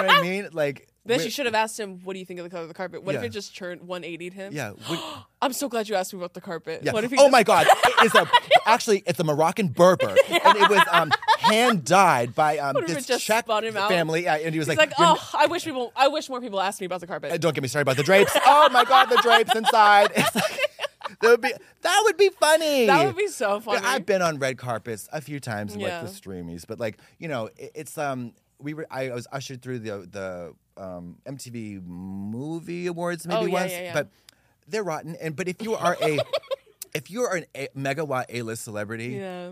A: know what I mean? Like
C: Then
A: we-
C: you should have asked him, "What do you think of the color of the carpet?" What
A: Yeah.
C: if it just turned 180 him?
A: Yeah. we-
C: I'm so glad you asked me about the carpet.
A: yeah.
C: What if he
A: oh
C: just-
A: my God! It is a actually it's a Moroccan Berber, and it was um, hand dyed by um,
C: What if
A: this
C: it just
A: Czech
C: spun him out?
A: family, uh, and he was
C: He's
A: like,
C: like,
A: "You're n-
C: oh, I wish people, I wish more people asked me about the carpet.
A: Uh, Don't get me started about the drapes. Oh my God, the drapes inside. It's like, that would be that would be funny.
C: That would be so
A: Yeah,
C: funny.
A: I've been on red carpets a few times, in like
C: Yeah.
A: the streamies, but like you know, it, it's um we were I was ushered through the the um, MTV Movie Awards maybe
C: Oh, yeah,
A: once,
C: yeah, yeah.
A: but they're rotten. And but if you are a if you are an a- megawatt A list celebrity,
C: yeah.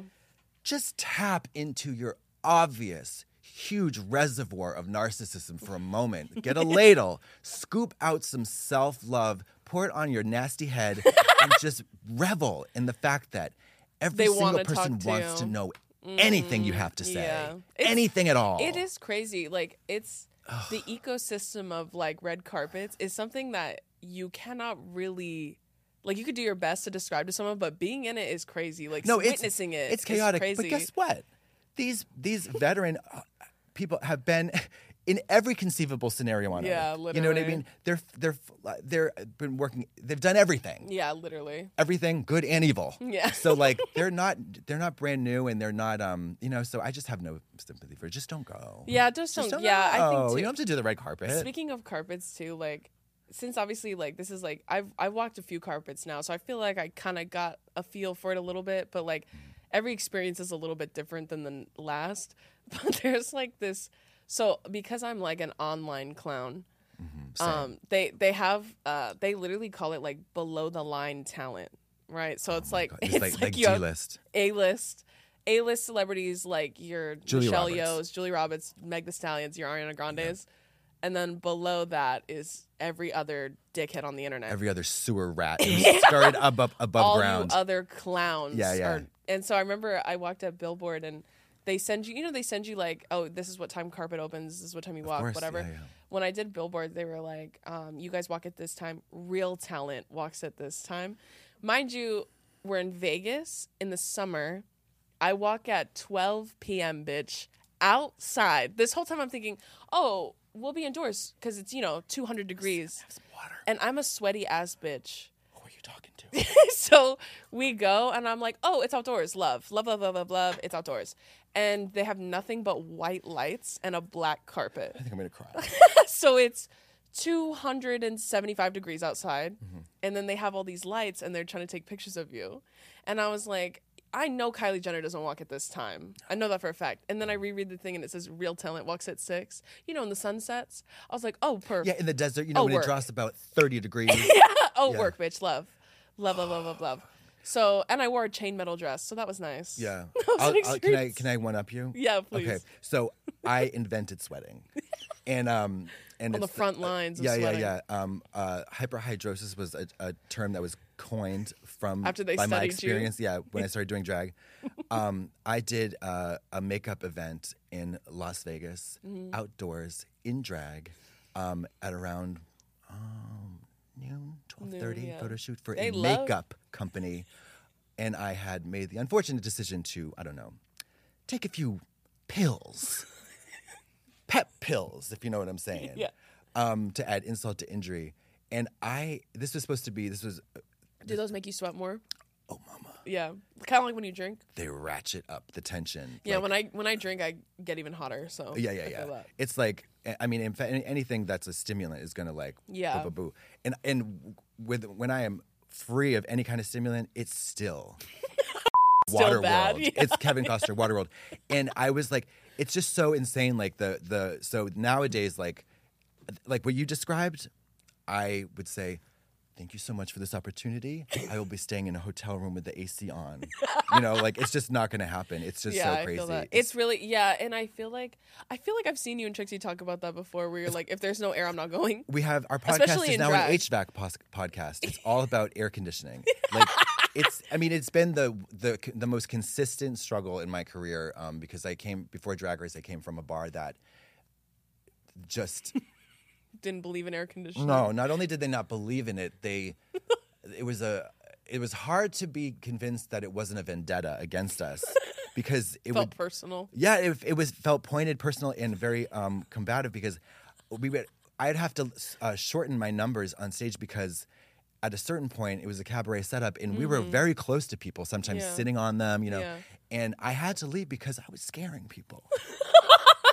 A: just tap into your obvious huge reservoir of narcissism for a moment. Get a ladle, scoop out some self love, pour it on your nasty head, and just revel in the fact that every
C: They
A: single
C: wanna talk
A: person
C: to
A: wants to
C: you. Mm-hmm.
A: know anything you have to say,
C: yeah. It's-
A: anything at all.
C: It is crazy. Like it's the ecosystem of like red carpets is something that you cannot really like you could do your best to describe to someone, but being in it is crazy. Like
A: no, it's,
C: witnessing it.
A: It's
C: is
A: chaotic.
C: crazy.
A: But guess what? These these veteran uh, people have been in every conceivable scenario on
C: Yeah,
A: Earth. You know what I
C: literally.
A: mean? They're they're they're been working. They've done everything.
C: Yeah, literally.
A: Everything good and evil.
C: Yeah.
A: So like they're not they're not brand new and they're not um you know so I just have no sympathy for it. just don't go.
C: Yeah, just
A: Just
C: don't.
A: don't
C: yeah, I
A: go.
C: think too.
A: Oh, you don't have to do the red carpet.
C: Speaking of carpets too, like since obviously like this is like I've I've walked a few carpets now, so I feel like I kind of got a feel for it a little bit, but like every experience is a little bit different than the last. But there's like this so because I'm like an online clown,
A: Mm-hmm.
C: um they they have uh they literally call it like below the line talent, right? So it's like
A: Oh it's, like, like
C: you have-
A: D-list.
C: a list, A list celebrities like your
A: Julia
C: Michelle
A: Roberts.
C: Yeohs, Julie Roberts, Meg The Stallions, your Ariana Grandes, and then below that is every other dickhead on the internet.
A: Every other sewer rat who's scurried above above
C: All
A: ground.
C: you other clowns.
A: Yeah, yeah.
C: are- and so I remember I walked up Billboard and they send you, you know, they send you like, oh, this is what time carpet opens, this is what time you walk,
A: course,
C: whatever.
A: yeah, yeah.
C: When I did Billboard, they were like, um, you guys walk at this time, real talent walks at this time. Mind you, we're in Vegas in the summer. I walk at 12 p.m., bitch, outside. This whole time I'm thinking, oh, we'll be indoors because it's, you know, 200 degrees.
A: Water.
C: And I'm a sweaty ass bitch.
A: Who are you talking to?
C: so we go and I'm like, oh, it's outdoors. Love, love, love, love, love, love. It's outdoors. And they have nothing but white lights and a black carpet.
A: I think I'm gonna cry.
C: so it's 275 degrees outside. And then they have all these lights and they're trying to take pictures of you. And I was like, I know Kylie Jenner doesn't walk at this time. I know that for a fact. And then I reread the thing and it says real talent walks at six. You know, when the sun sets. I was like, oh, perfect.
A: Yeah, in the desert, you know,
C: Oh,
A: when
C: work.
A: it drops about 30 degrees.
C: oh,
A: Yeah.
C: work, bitch. Love. Love, love, love, love, love. So, and I wore a chain metal dress, so that was nice.
A: Yeah.
C: That was
A: I'll-
C: an
A: I'll- can I
C: experience.
A: can I one up you?
C: Yeah, please.
A: Okay. So I invented sweating, and um and
C: On the
A: it's
C: front lines of
A: yeah,
C: sweating.
A: yeah, yeah. Um, uh, hyperhidrosis was a, a term that was coined from
C: After they
A: by my
C: studied you.
A: experience. Yeah, when I started doing drag, um, I did uh, a makeup event in Las Vegas,
C: Mm-hmm.
A: outdoors in drag, um, at around um, noon, twelve thirty,
C: yeah.
A: photo shoot for
C: They
A: a
C: love-
A: makeup company, and I had made the unfortunate decision to I don't know, take a few pills pep pills, if you know what I'm saying.
C: Yeah.
A: Um, to add insult to injury. And I, this was supposed to be, this was,
C: Do those make you sweat more? Oh, mama. Yeah, kind of like when you drink.
A: they ratchet up the tension.
C: Yeah,
A: Like,
C: when I when I drink, I get even hotter. So
A: yeah,
C: I
A: yeah,
C: feel
A: yeah.
C: that.
A: It's like, I mean, in fact, anything that's a stimulant is gonna like,
C: Yeah.
A: boo, boo, boo. And and with when I am free of any kind of stimulant, it's still.
C: Still bad,
A: Waterworld.
C: yeah.
A: It's Kevin Costner, Waterworld. And I was like, it's just so insane. Like the the so nowadays, like like what you described, I would say, thank you so much for this opportunity. I will be staying in a hotel room with the AC on. you know, like it's just not gonna happen. It's just
C: yeah,
A: so
C: I
A: crazy.
C: feel that. It's really yeah, and I feel like I feel like I've seen you and Trixie talk about that before, where you're like, if there's no air, I'm not going.
A: we have our podcast
C: Especially
A: is
C: in
A: now
C: drag.
A: an HVAC pos- podcast. It's all about air conditioning. Like it's, I mean, it's been the the the most consistent struggle in my career um, because I came before Drag Race. I came from a bar that just
C: Didn't believe in air conditioning.
A: no. Not only did they not believe in it, they it was a it was hard to be convinced that it wasn't a vendetta against us because it
C: felt
A: would
C: personal.
A: yeah, it, it was felt pointed, personal, and very um, combative because we would. I'd have to uh, shorten my numbers on stage because at a certain point it was a cabaret setup, and we were very close to people, sometimes
C: Mm-hmm. Yeah.
A: sitting on them, you know.
C: Yeah.
A: And I had to leave because I was scaring people,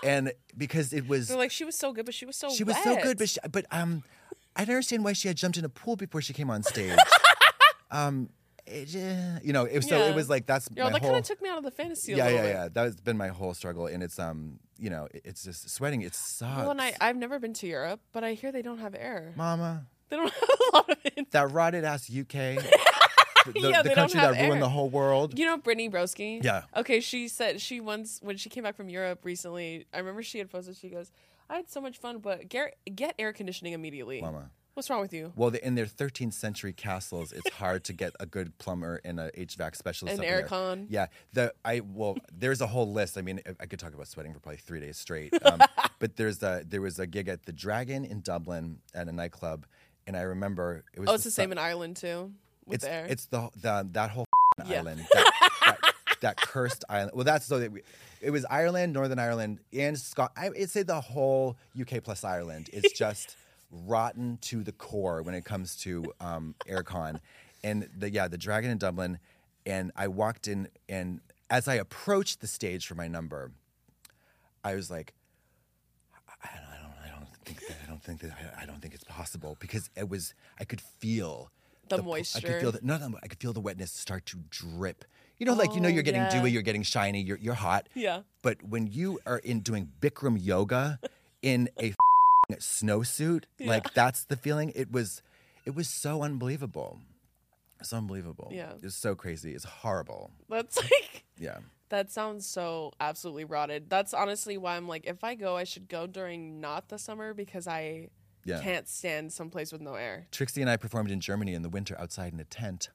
A: and because it was
C: They're like, she was so good, but she was so
A: she was so
C: wet."
A: good, but she, but um, I don't understand why she had jumped in a pool before she came on stage. um, it, uh, you know, it, so
C: Yeah.
A: it was like that's
C: You're all,
A: my
C: that
A: whole
C: kind of took me out of the fantasy. A
A: yeah,
C: little
A: yeah,
C: bit.
A: yeah. That's been my whole struggle, and it's um, you know, it- it's just sweating. It sucks.
C: Well, and I, I've never been to Europe, but I hear they don't have air.
A: Mama,
C: They don't have a lot of it.
A: that rotted ass UK, the, the-
C: Yeah,
A: the
C: they don't
A: country
C: have
A: that ruined
C: air.
A: the whole world.
C: You know Brittany Broski?
A: Yeah.
C: Okay, she said she once when she came back from Europe recently. I remember she had posted. She goes, "I had so much fun, but get get air conditioning immediately."
A: Mama.
C: what's wrong with you?
A: Well, the, in their 13th century castles, it's hard to get a good plumber and a HVAC specialist.
C: An
A: up in there.
C: aircon.
A: Yeah. The I well, there's a whole list. I mean, I- I could talk about sweating for probably three days straight. Um, but there's a there was a gig at the Dragon in Dublin at a nightclub, and I remember it was.
C: Oh, it's the
A: su-
C: same in Ireland too. With
A: it's
C: the air.
A: it's the the that whole f***ing
C: Yeah.
A: island that, that, that cursed island. Well, that's so that we, it was Ireland, Northern Ireland, and Scot. I, I'd say the whole UK plus Ireland is just rotten to the core when it comes to um, aircon, and the yeah the Dragon in Dublin, and I walked in and as I approached the stage for my number, I was like. I don't, I don't, I don't think that. I don't think that. I, I don't think it's possible because it was. I could feel
C: The
A: po- I
C: moisture.
A: could feel the, no, no, I could feel the wetness start to drip. You know, like you know,
C: Oh,
A: you're getting
C: yeah.
A: dewy, you're getting shiny, you're you're hot.
C: Yeah.
A: But when you are in doing Bikram yoga in a f***ing snowsuit, like that's the feeling. It was, it was so unbelievable. It's unbelievable.
C: Yeah.
A: It's so crazy. It's horrible.
C: That's like
A: Yeah.
C: that sounds so absolutely rotted. That's honestly why I'm like, if I go, I should go during not the summer because I
A: Yeah.
C: can't stand someplace with no air.
A: Trixie and I performed in Germany in the winter outside in a tent.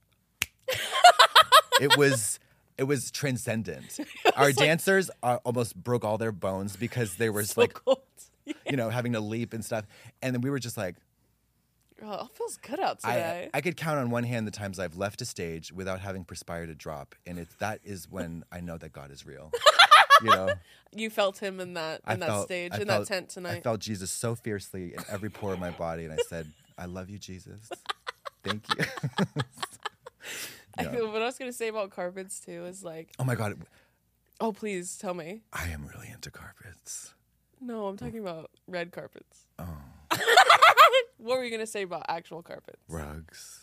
A: it was it was transcendent. Our dancers uh, almost broke all their bones because they were
C: So
A: like
C: cold.
A: you know having to leap and stuff, and then we were just like.
C: Oh, it feels good out
A: I,
C: today.
A: I could count on one hand the times I've left a stage without having perspired a drop, and it's that is when I know that God is real. You know,
C: you felt him in that in
A: I
C: that
A: felt-
C: stage
A: I
C: in
A: felt-
C: that tent
A: I
C: tonight.
A: felt Jesus so fiercely in every pore of my body, and I said, "I love you, Jesus. Thank you."
C: what I was gonna say about carpets too is like,
A: Oh my god,
C: oh please tell me.
A: I am really into carpets.
C: No, I'm talking about red carpets. Oh. what were you gonna say about actual carpets?
A: Rugs,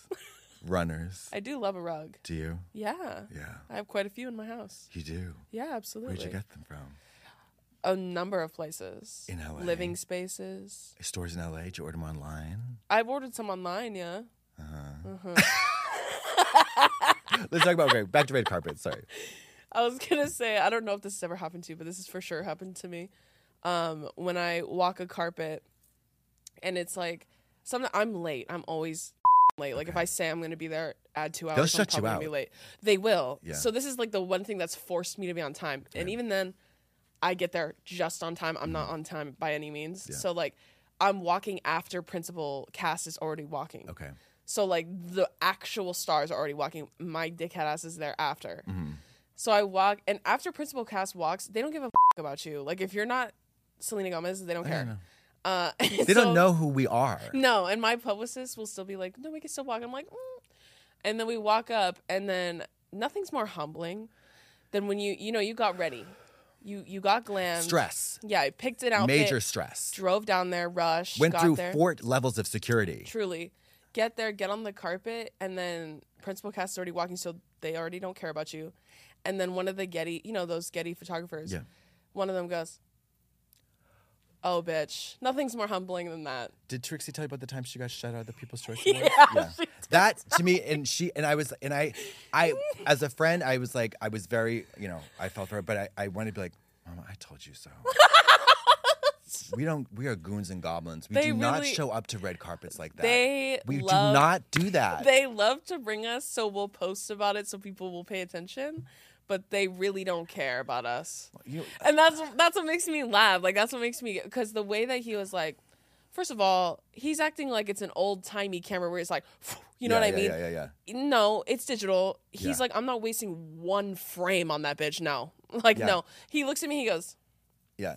A: runners.
C: I do love a rug.
A: Do you?
C: Yeah.
A: Yeah,
C: I have quite a few in my house.
A: you do.
C: Yeah, absolutely.
A: Where'd you get them from?
C: A number of places.
A: In LA?
C: Living spaces.
A: Stores in LA? Did you order them online?
C: I've ordered some online, yeah.
A: Let's talk about okay, back to red carpets. Sorry.
C: I was gonna say I don't know if this has ever happened to you, but this has for sure happened to me. Um, when I walk a carpet, and it's like something I'm late. I'm always late. Like if I say I'm gonna be there, add two hours. I'm
A: shut you
C: probably gonna Be
A: out.
C: late. They will.
A: Yeah.
C: So this is like the one thing that's forced me to be on time, and even then, I get there just on time. I'm
A: Mm-hmm.
C: not on time by any means. So like, I'm walking after Principal Cass is already walking.
A: Okay.
C: So like the actual stars are already walking. My dickhead ass is there after.
A: Mm-hmm.
C: So I walk, and after Principal Cass walks, they don't give a f- about you. Like if you're not Selena Gomez, they don't care. Uh,
A: They don't know who we are.
C: No, and my publicist will still be like, "No, we can still walk." I'm like, mm. and then we walk up, and then nothing's more humbling than when you you know you got ready, you you got glam
A: Stress.
C: Yeah, I picked an outfit,
A: Major stress.
C: drove down there, rushed,
A: Went
C: got
A: through
C: there.
A: four levels of security.
C: Truly. Get there, get on the carpet, and then Principal Cass is already walking, so they already don't care about you. And then one of the Getty, you know, those Getty photographers,
A: Yeah.
C: one of them goes, Oh, bitch. Nothing's more humbling than that.
A: Did Trixie tell you about the time she got shut out of the People's Choice Awards? Yeah, that to me, and she and I was and I, I as a friend, I was like, I was very, you know, I felt for her, but I, I wanted to be like, Mama, I told you so. we don't. We are goons and goblins. We
C: They
A: do not
C: really-
A: show up to red carpets like that.
C: They
A: Uh, we
C: love-
A: do not do that.
C: They love to bring us, so we'll post about it so people will pay attention, but they really don't care about us.
A: You-
C: and that's that's what makes me laugh. Like that's what makes me because the way that he was like, first of all, he's acting like it's an old timey camera where it's like, you know
A: Yeah,
C: what I
A: yeah,
C: mean?
A: Yeah, yeah, yeah.
C: No, it's digital. He's
A: Yeah.
C: like, I'm not wasting one frame on that bitch. No, like
A: Yeah.
C: no. He looks at me. He goes.
A: Yeah.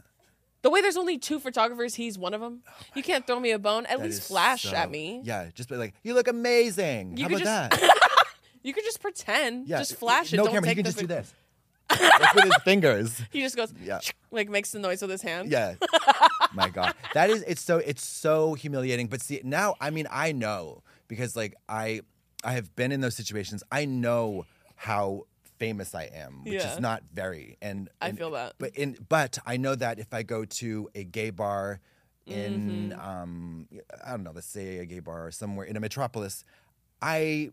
C: The way there's only two photographers, he's one of them. you can't throw me a bone. At
A: Oh That
C: least
A: is
C: flash
A: so-
C: at me.
A: Yeah, just be like, you look amazing.
C: You
A: How
C: could
A: about
C: just-
A: that?
C: You could just pretend.
A: Yeah,
C: just flash it.
A: No
C: Don't
A: camera.
C: Take
A: He can
C: the
A: just do
C: pho-
A: this. That's with his fingers.
C: He just goes,
A: Yeah.
C: like makes the noise with his hand.
A: Yeah. My God. That is it's so it's so humiliating. But see now, I mean, I know because like I I have been in those situations. I know how famous I am, which
C: Yeah.
A: is not very. And
C: I
A: and-
C: feel that.
A: But in but I know that if I go to a gay bar in
C: Mm-hmm.
A: um I don't know, let's say a gay bar or somewhere in a metropolis, I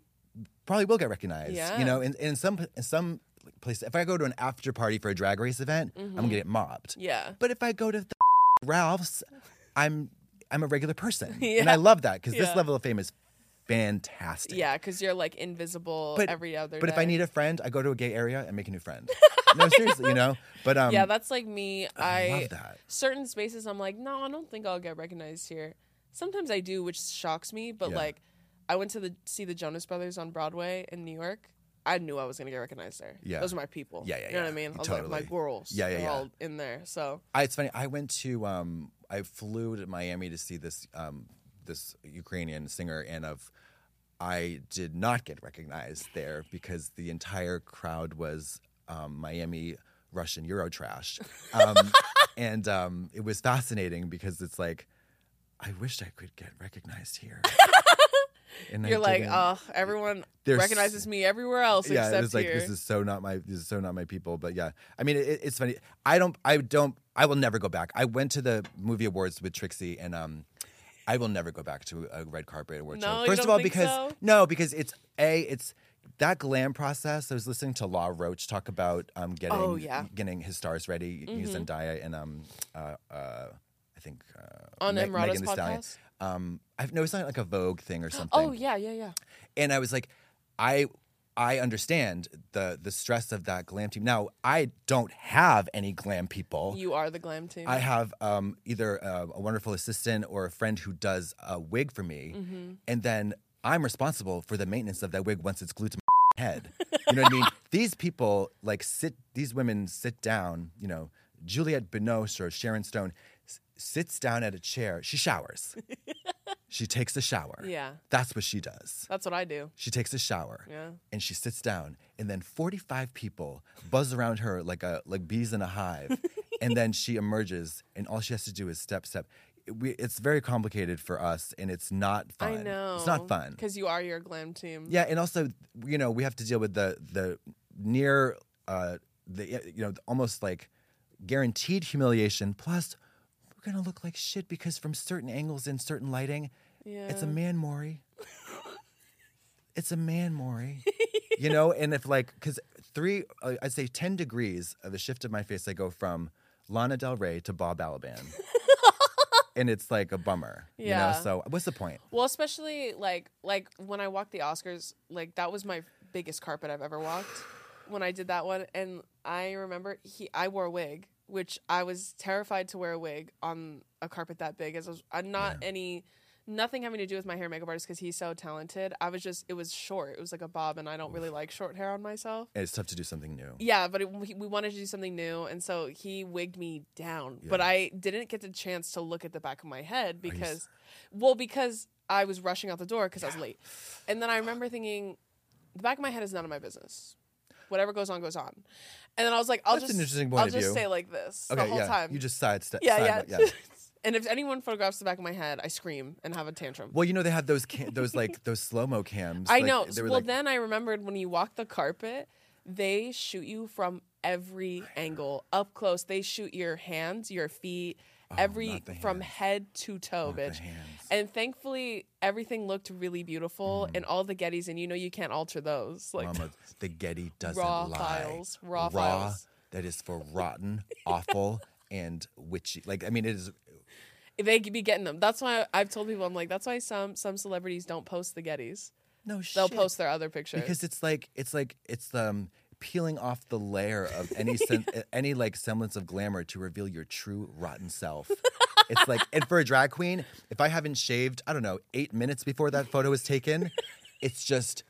A: probably will get recognized.
C: Yeah.
A: You know, in, in some in some places, if I go to an after party for a drag race event, I'm
C: Mm-hmm.
A: gonna get mobbed.
C: Yeah.
A: But if I go to the Ralph's, I'm I'm a regular person, and
C: Yeah.
A: I love that because
C: Yeah.
A: this level of fame is fantastic.
C: Yeah, because you're like invisible
A: but
C: every other.
A: But if I
C: day.
A: need a friend, I go to a gay area and make a new friend. no, seriously, you know. But um,
C: yeah, that's like me. I,
A: love that.
C: certain spaces. I'm like, no, I don't think I'll get recognized here. Sometimes I do, which shocks me. But
A: Yeah.
C: like, I went to the see the Jonas Brothers on Broadway in New York. I knew I was gonna get recognized there.
A: Yeah.
C: those are my people.
A: Yeah, yeah,
C: You know what I
A: yeah.
C: mean? I was like,
A: Totally.
C: my girls.
A: Yeah, yeah,
C: they're
A: yeah.
C: All in there. So
A: I, it's funny. I went to um, I flew to Miami to see this um, this Ukrainian singer, and of I did not get recognized there because the entire crowd was um, Miami Russian Eurotrash, um, and um, it was fascinating because it's like I wished I could get recognized here. And I
C: you're like,
A: didn't.
C: oh, everyone
A: There's-
C: recognizes me everywhere else
A: yeah,
C: except
A: it was like
C: here.
A: this is so not my this is so not my people. But yeah, I mean, it, it's funny. I don't, I don't, I will never go back. I went to the movie awards with Trixie, and um, I will never go back to a red carpet award
C: No,
A: show.
C: you
A: First of
C: don't
A: all,
C: think
A: because
C: so?
A: no, because it's a it's. That glam process. I was listening to La Roach talk about um, getting
C: Oh, yeah. Mm-hmm.
A: getting his stars ready, using Zendaya and um, uh, uh, I think uh,
C: On
A: Meg-
C: Emirata's
A: Megan Thee Stallion.
C: podcast?
A: Um, I've no, it's not like a Vogue thing or something
C: oh yeah, yeah, yeah.
A: and I was like, I I understand the the stress of that glam team. Now I don't have any glam people.
C: You are the glam team.
A: I have um, either a, a wonderful assistant or a friend who does a wig for me,
C: Mm-hmm.
A: and then I'm responsible for the maintenance of that wig once it's glued to my head. You know what I mean? These people like sit. These women sit down. You know, Juliette Binoche or Sharon Stone s- sits down at a chair. She showers. She takes a shower.
C: Yeah.
A: That's what she does.
C: That's what I do.
A: She takes a shower.
C: Yeah.
A: And she sits down. And then 45 people buzz around her like a like bees in a hive. and then she emerges and all she has to do is step step. We, it's very complicated for us and it's not fun.
C: I know.
A: It's not fun.
C: Because you are your glam team.
A: Yeah, and also, you know, we have to deal with the the near, uh, the you know, almost like guaranteed humiliation. Plus, we're gonna look like shit because from certain angles and certain lighting, it's a
C: Yeah.
A: man Maury. it's a man Maury. you know, and if like, because three, uh, I'd say ten degrees of the shift of my face, I go from Lana Del Rey to Bob Balaban. And it's like a bummer, you
C: Yeah.
A: know. So, what's the point?
C: Well, especially like like when I walked the Oscars, like that was my biggest carpet I've ever walked. When I did that one, and I remember he, I wore a wig, which I was terrified to wear a wig on a carpet that big. As I was, I'm not any, nothing having to do with my hair and makeup artist because he's so talented. I was just, it was short. It was like a bob, and I don't really like short hair on myself.
A: It's tough to do something new.
C: Yeah, but it, we we wanted to do something new, and so he wigged me down. But I didn't get the chance to look at the back of my head because, well, because I was rushing out the door because I was late, and then I remember thinking, the back of my head is none of my business. Whatever goes on goes on, and then I was like, I'll
A: That's an
C: just
A: interesting point
C: I'll
A: of
C: just
A: view.
C: say like this
A: Okay,
C: the whole
A: yeah.
C: time.
A: You just sidestep.
C: yeah,
A: side,
C: yeah. and if anyone photographs the back of my head, I scream and have a tantrum.
A: Well, you know they had those ca- those like those slow mo cams.
C: I
A: like,
C: know.
A: They were
C: well,
A: like,
C: then I remembered when you walk the carpet, they shoot you from every angle, up close. They shoot your hands, your feet, every
A: Oh, not the
C: from
A: hands.
C: head to toe,
A: the
C: bitch.
A: hands.
C: And thankfully, everything looked really beautiful, and all the Gettys, and you know you can't alter those. Like,
A: Mm. Mama, the Getty doesn't
C: Raw
A: lie.
C: files, raw files.
A: That is for rotten, awful, and witchy. Like I mean, it is.
C: they could be getting them. That's why I've told people I'm like, that's why some some celebrities don't post the Gettys.
A: No
C: They'll
A: shit.
C: post their other pictures.
A: because it's like it's like it's um peeling off the layer of any sen- any like semblance of glamour to reveal your true rotten self. it's like and for a drag queen, if I haven't shaved, I don't know, 8 minutes before that photo was taken, it's just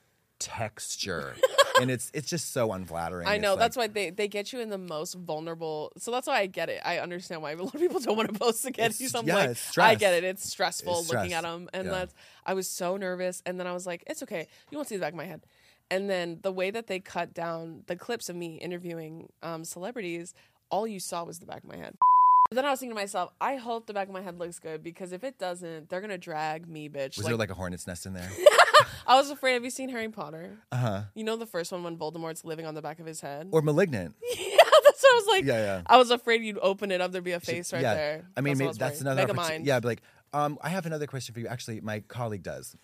A: texture. and it's it's just so unflattering.
C: I
A: It's
C: know.
A: like-
C: that's why they, they get you in the most vulnerable. So that's why I get it. I understand why a lot of people don't want to post the Gettys.
A: It's-
C: I'm
A: yeah,
C: like,
A: it's stress.
C: I get it. It's stressful
A: It's
C: looking
A: stress.
C: at them. And
A: Yeah.
C: that's, I was so nervous. And then I was like, it's okay. You won't see the back of my head. And then the way that they cut down the clips of me interviewing um, celebrities, all you saw was the back of my head. But then I was thinking to myself, I hope the back of my head looks good because if it doesn't, they're gonna drag me, bitch.
A: was
C: Like,
A: there like a hornet's nest in there?
C: I was afraid. Have you seen Harry Potter?
A: Uh-huh.
C: You know the first one when Voldemort's living on the back of his head.
A: Or malignant.
C: Yeah, that's what I was like.
A: Yeah, yeah.
C: I was afraid you'd open it up. There'd be a face right
A: yeah.
C: there.
A: I mean, maybe
C: what
A: that's
C: worried.
A: another
C: Megamind.
A: opportunity. Yeah, but like, um, I have another question for you. Actually, my colleague does.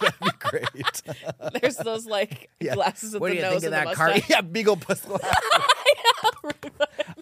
A: That'd be great.
C: There's those like
A: Yeah.
C: glasses with
A: what
C: the
A: do you
C: nose
A: think of
C: and
A: that
C: the
A: car?
C: mustache.
A: Yeah, big old puss glass.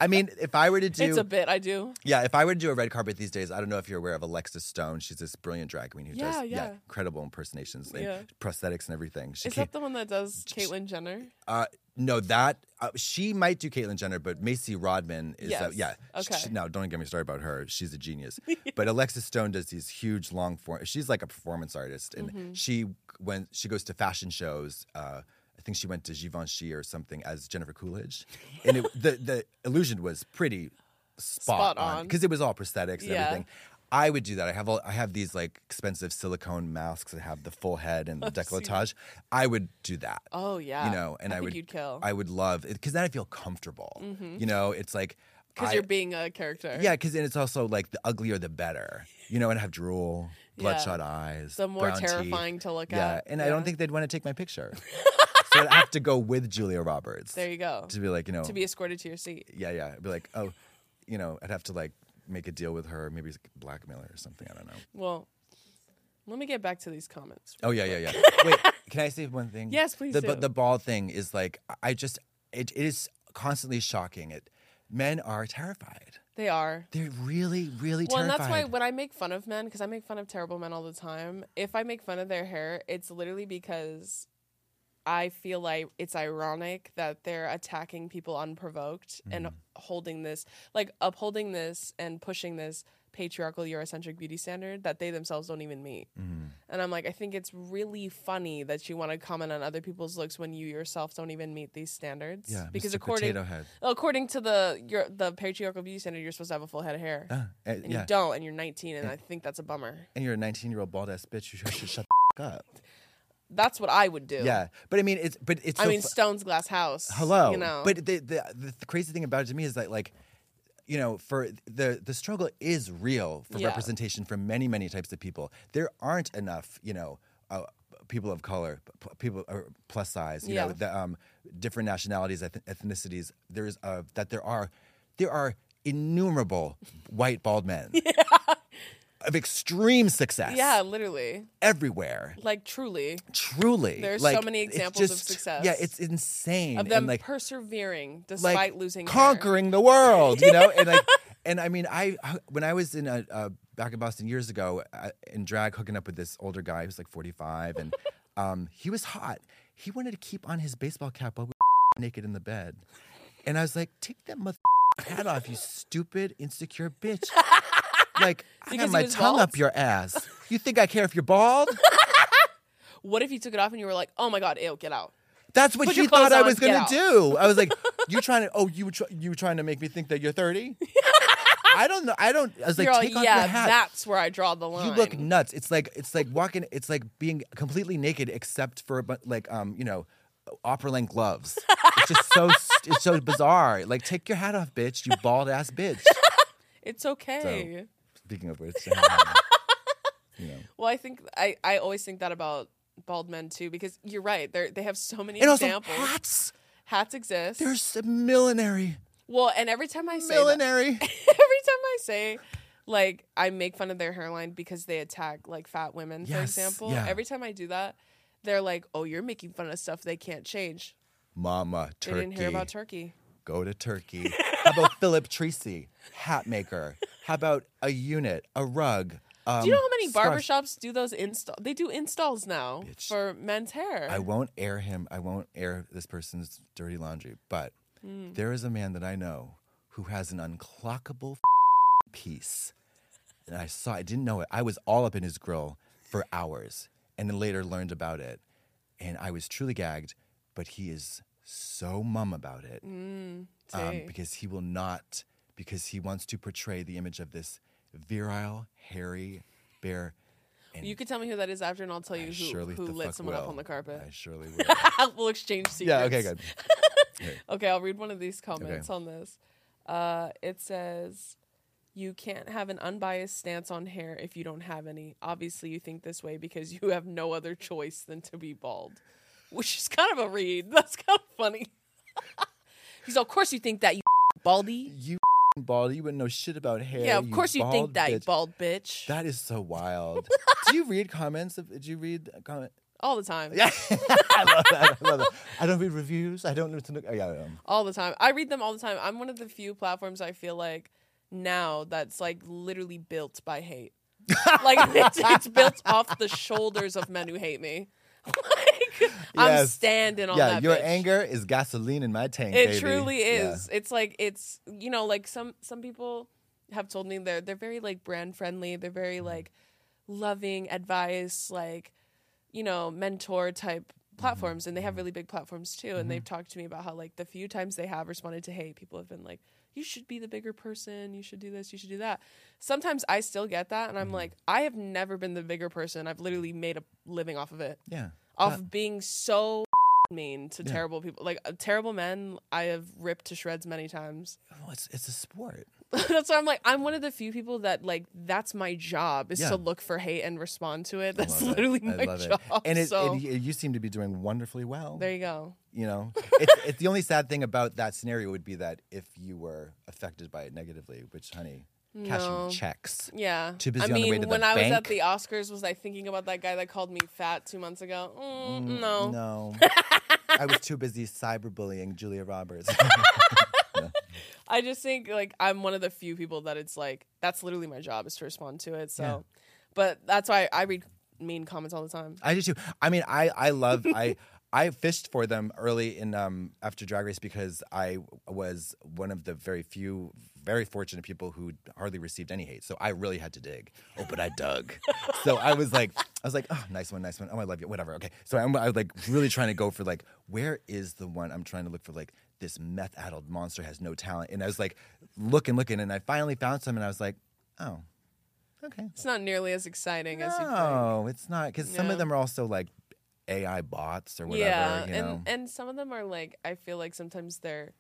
A: I mean, if I were to do,
C: It's a bit. I do.
A: yeah, if I were to do a red carpet these days, I don't know if you're aware of Alexa Stone. She's this brilliant drag queen who
C: Yeah,
A: does
C: yeah.
A: incredible impersonations, and
C: Yeah.
A: prosthetics and everything. She
C: Is
A: came,
C: that the one that does Caitlyn Jenner?
A: uh, no, that uh, she might do Caitlyn Jenner, but Macy Rodman is uh,
C: Yes.
A: yeah.
C: Okay.
A: She, no, don't get me started about her. She's a genius. But Alexis Stone does these huge long form. She's like a performance artist, and
C: Mm-hmm.
A: she when she goes to fashion shows. Uh, I think she went to Givenchy or something as Jennifer Coolidge, and it, the the illusion was pretty spot,
C: Spot
A: on
C: on.
A: because it was all prosthetics and
C: Yeah.
A: everything. I would do that. I have all, I have these like expensive silicone masks that have the full head and the decolletage. I would do that
C: Oh yeah.
A: you know, and I,
C: think
A: would
C: you'd kill
A: I would love it because then I feel comfortable. You know, it's like
C: because
A: I-
C: you're being a character.
A: yeah, because then it's also like the uglier the better. You know, and have drool, bloodshot eyes,
C: The more
A: brown teeth.
C: terrifying to look
A: Yeah,
C: at.
A: and I don't think they'd want to take my picture, so I'd have to go with Julia Roberts
C: There you go.
A: to be like, you know,
C: To be escorted to your seat.
A: yeah, yeah, I'd be like, oh, you know, I'd have to like make a deal with her, maybe it's like blackmail her or something. I don't know.
C: Well, let me get back to these comments.
A: Oh yeah, yeah, yeah. Wait, can I say one thing?
C: Yes, please
A: The bu-
C: do.
A: the ball thing is like I just it, it is constantly shocking. It men are terrified.
C: They are.
A: They're really, really
C: Well, and
A: terrified.
C: that's why when I make fun of men, because I make fun of terrible men all the time, if I make fun of their hair, it's literally because I feel like it's ironic that they're attacking people unprovoked and
A: Mm.
C: holding this, like upholding
A: Mm.
C: this and pushing this patriarchal Eurocentric beauty standard that they themselves don't even meet. And I'm like, I think it's really funny that you want to comment on other people's looks when you yourself don't even meet these standards.
A: Yeah,
C: because
A: Mr.
C: according
A: Potato Head.
C: according to the your, the patriarchal beauty standard, you're supposed to have a full head of hair,
A: Uh, uh,
C: and
A: yeah.
C: you don't, and you're 19, and I think that's a bummer.
A: And you're a 19 year old bald ass bitch. You should shut the f- up.
C: That's what I would do.
A: Yeah, but I mean, it's but it's.
C: I
A: so
C: mean,
A: fu-
C: Stone's Glass House.
A: Hello.
C: you know,
A: But the, the the th- crazy thing about it to me is that like, you know, for the the struggle is real for
C: Yeah.
A: representation for many many types of people. There aren't enough, you know. Uh, People of color, p- people are plus size, you know,
C: Yeah.
A: the um, different nationalities, eth- ethnicities. There's uh, that there are, there are innumerable white bald men of extreme success.
C: yeah, literally,
A: everywhere.
C: like truly,
A: Truly,
C: There are so
A: like,
C: many
A: it's
C: examples of
A: just-
C: success.
A: Yeah, it's insane.
C: of them
A: and like,
C: persevering despite
A: like
C: losing hair.
A: conquering the world, you know. and like, and I mean, I when I was in a, uh, back in Boston years ago uh, in drag, hooking up with this older guy who was like forty five, and um, he was hot. He wanted to keep on his baseball cap while we were naked in the bed, and I was like, take that mother hat off, you stupid insecure bitch. Like I
C: Because
A: have
C: he
A: my
C: was
A: tongue
C: bald?
A: up your ass. You think I care if you're bald?
C: What if you took it off and you were like, "Oh my god, ew, get out."
A: That's what
C: Put
A: she
C: your clothes
A: thought I
C: on,
A: was
C: get
A: gonna
C: out.
A: do. I was like, "You trying to? Oh, you tr- you trying to make me think that you're 30? I don't know. I don't. I was like,
C: You're
A: take
C: all,
A: off
C: yeah,
A: your hat.
C: that's where I draw the line.
A: you look nuts. It's like it's like walking. It's like being completely naked except for but like um you know opera length gloves. It's just so st- it's so bizarre. Like take your hat off, bitch. You bald ass bitch.
C: It's okay.
A: Speaking of which, you know.
C: Well, I think I, I always think that about bald men too because you're right. They they have so many
A: and also
C: examples.
A: hats.
C: Hats exist.
A: There's millinery,
C: well, and every time I say that, every time
A: millinery.
C: I say like I make fun of their hairline because they attack like fat women, for
A: Yes,
C: example.
A: yeah.
C: Every time I do that, they're like, "Oh, you're making fun of stuff they can't change."
A: Mama
C: They
A: turkey.
C: didn't hear about turkey.
A: go to Turkey. How about Philip Treacy, hat maker? How about a unit, a rug? Um,
C: Do you know how many
A: scarves?
C: barbershops do those install? They do installs now
A: Bitch.
C: for men's hair.
A: I won't air him. I won't air this person's dirty laundry. But
C: Mm.
A: there is a man that I know who has an unclockable piece, and I saw. I didn't know it. I was all up in his grill for hours, and then later learned about it, and I was truly gagged. But he is so mum about it. um,
C: Mm, See.
A: because he will not, because he wants to portray the image of this virile, hairy bear. And
C: you could tell me who that is after, and I'll tell you
A: I
C: who,
A: surely
C: who
A: the
C: lit
A: fuck
C: someone up
A: will.
C: on the carpet.
A: I surely will.
C: we'll exchange secrets.
A: yeah, okay, good.
C: Okay, I'll read one of these comments on this. Uh, it says, "You can't have an unbiased stance on hair if you don't have any. Obviously, you think this way because you have no other choice than to be bald," which is kind of a read. That's kind of funny. He's, of course, you think that you baldy.
A: You bald, you wouldn't know shit about hair.
C: Yeah, of course you think
A: bald
C: that you
A: bitch.
C: bald bitch
A: That is so wild. Do you read comments? Of, did you read comment?
C: all the time.
A: Yeah, I love that. I love that. I don't read reviews. I don't know what to look. Oh, yeah, I am.
C: all the time. I read them all the time. I'm one of the few platforms I feel like now that's like literally built by hate. like it's, it's built off the shoulders of men who hate me. like I'm
A: Yes.
C: standing on
A: yeah
C: that.
A: your
C: Oh, bitch.
A: anger is gasoline in my tank.
C: It
A: baby.
C: truly
A: Yeah.
C: is. It's like it's you know like some some people have told me they're they're very like brand friendly. They're very
A: Mm-hmm.
C: like loving advice like you know mentor type
A: Mm-hmm.
C: platforms and they have really big platforms too and they've talked to me about how like the few times they have responded to hate people have been like you should be the bigger person you should do this you should do that sometimes i still get that and i'm
A: Mm-hmm.
C: like i have never been the bigger person i've literally made a living off of it
A: Yeah.
C: off being so mean to terrible people. Like uh, terrible men, I have ripped to shreds many times.
A: Oh, it's, it's a sport.
C: that's why I'm like, I'm one of the few people that like that's my job is
A: Yeah.
C: to look for hate and respond to it.
A: I
C: That's
A: love it.
C: literally
A: I
C: my
A: love
C: job.
A: It. And, it,
C: so
A: and you, you seem to be doing wonderfully well.
C: there you go.
A: you know, it's, it's the only sad thing about that scenario would be that if you were affected by it negatively, which, honey, cashing
C: No.
A: checks.
C: Yeah.
A: Too busy
C: I
A: on the
C: mean,
A: way to the
C: when I was at
A: bank.
C: the Oscars, was I thinking about that guy that called me fat two months ago? Mm, no.
A: No, I was too busy cyberbullying Julia Roberts.
C: I just think like I'm one of the few people that it's like that's literally my job is to respond to it. So,
A: Yeah.
C: but that's why I read mean comments all the time.
A: I do too. I mean, I I love I I fished for them early in um, after Drag Race because I was one of the very few, very fortunate people who hardly received any hate. So I really had to dig. Oh, but I dug. so I was like, I was like, oh, nice one, nice one. Oh, I love you. Whatever. Okay. So I'm, I was like really trying to go for like, where is the one I'm trying to look for? Like this meth-addled monster has no talent. And I was like looking, looking, and I finally found some, and I was like, oh, okay.
C: It's not nearly as exciting as you think.
A: No, it's not because some
C: No.
A: of them are also like AI bots or whatever.
C: yeah,
A: you
C: and
A: know?
C: and some of them are like I feel like sometimes they're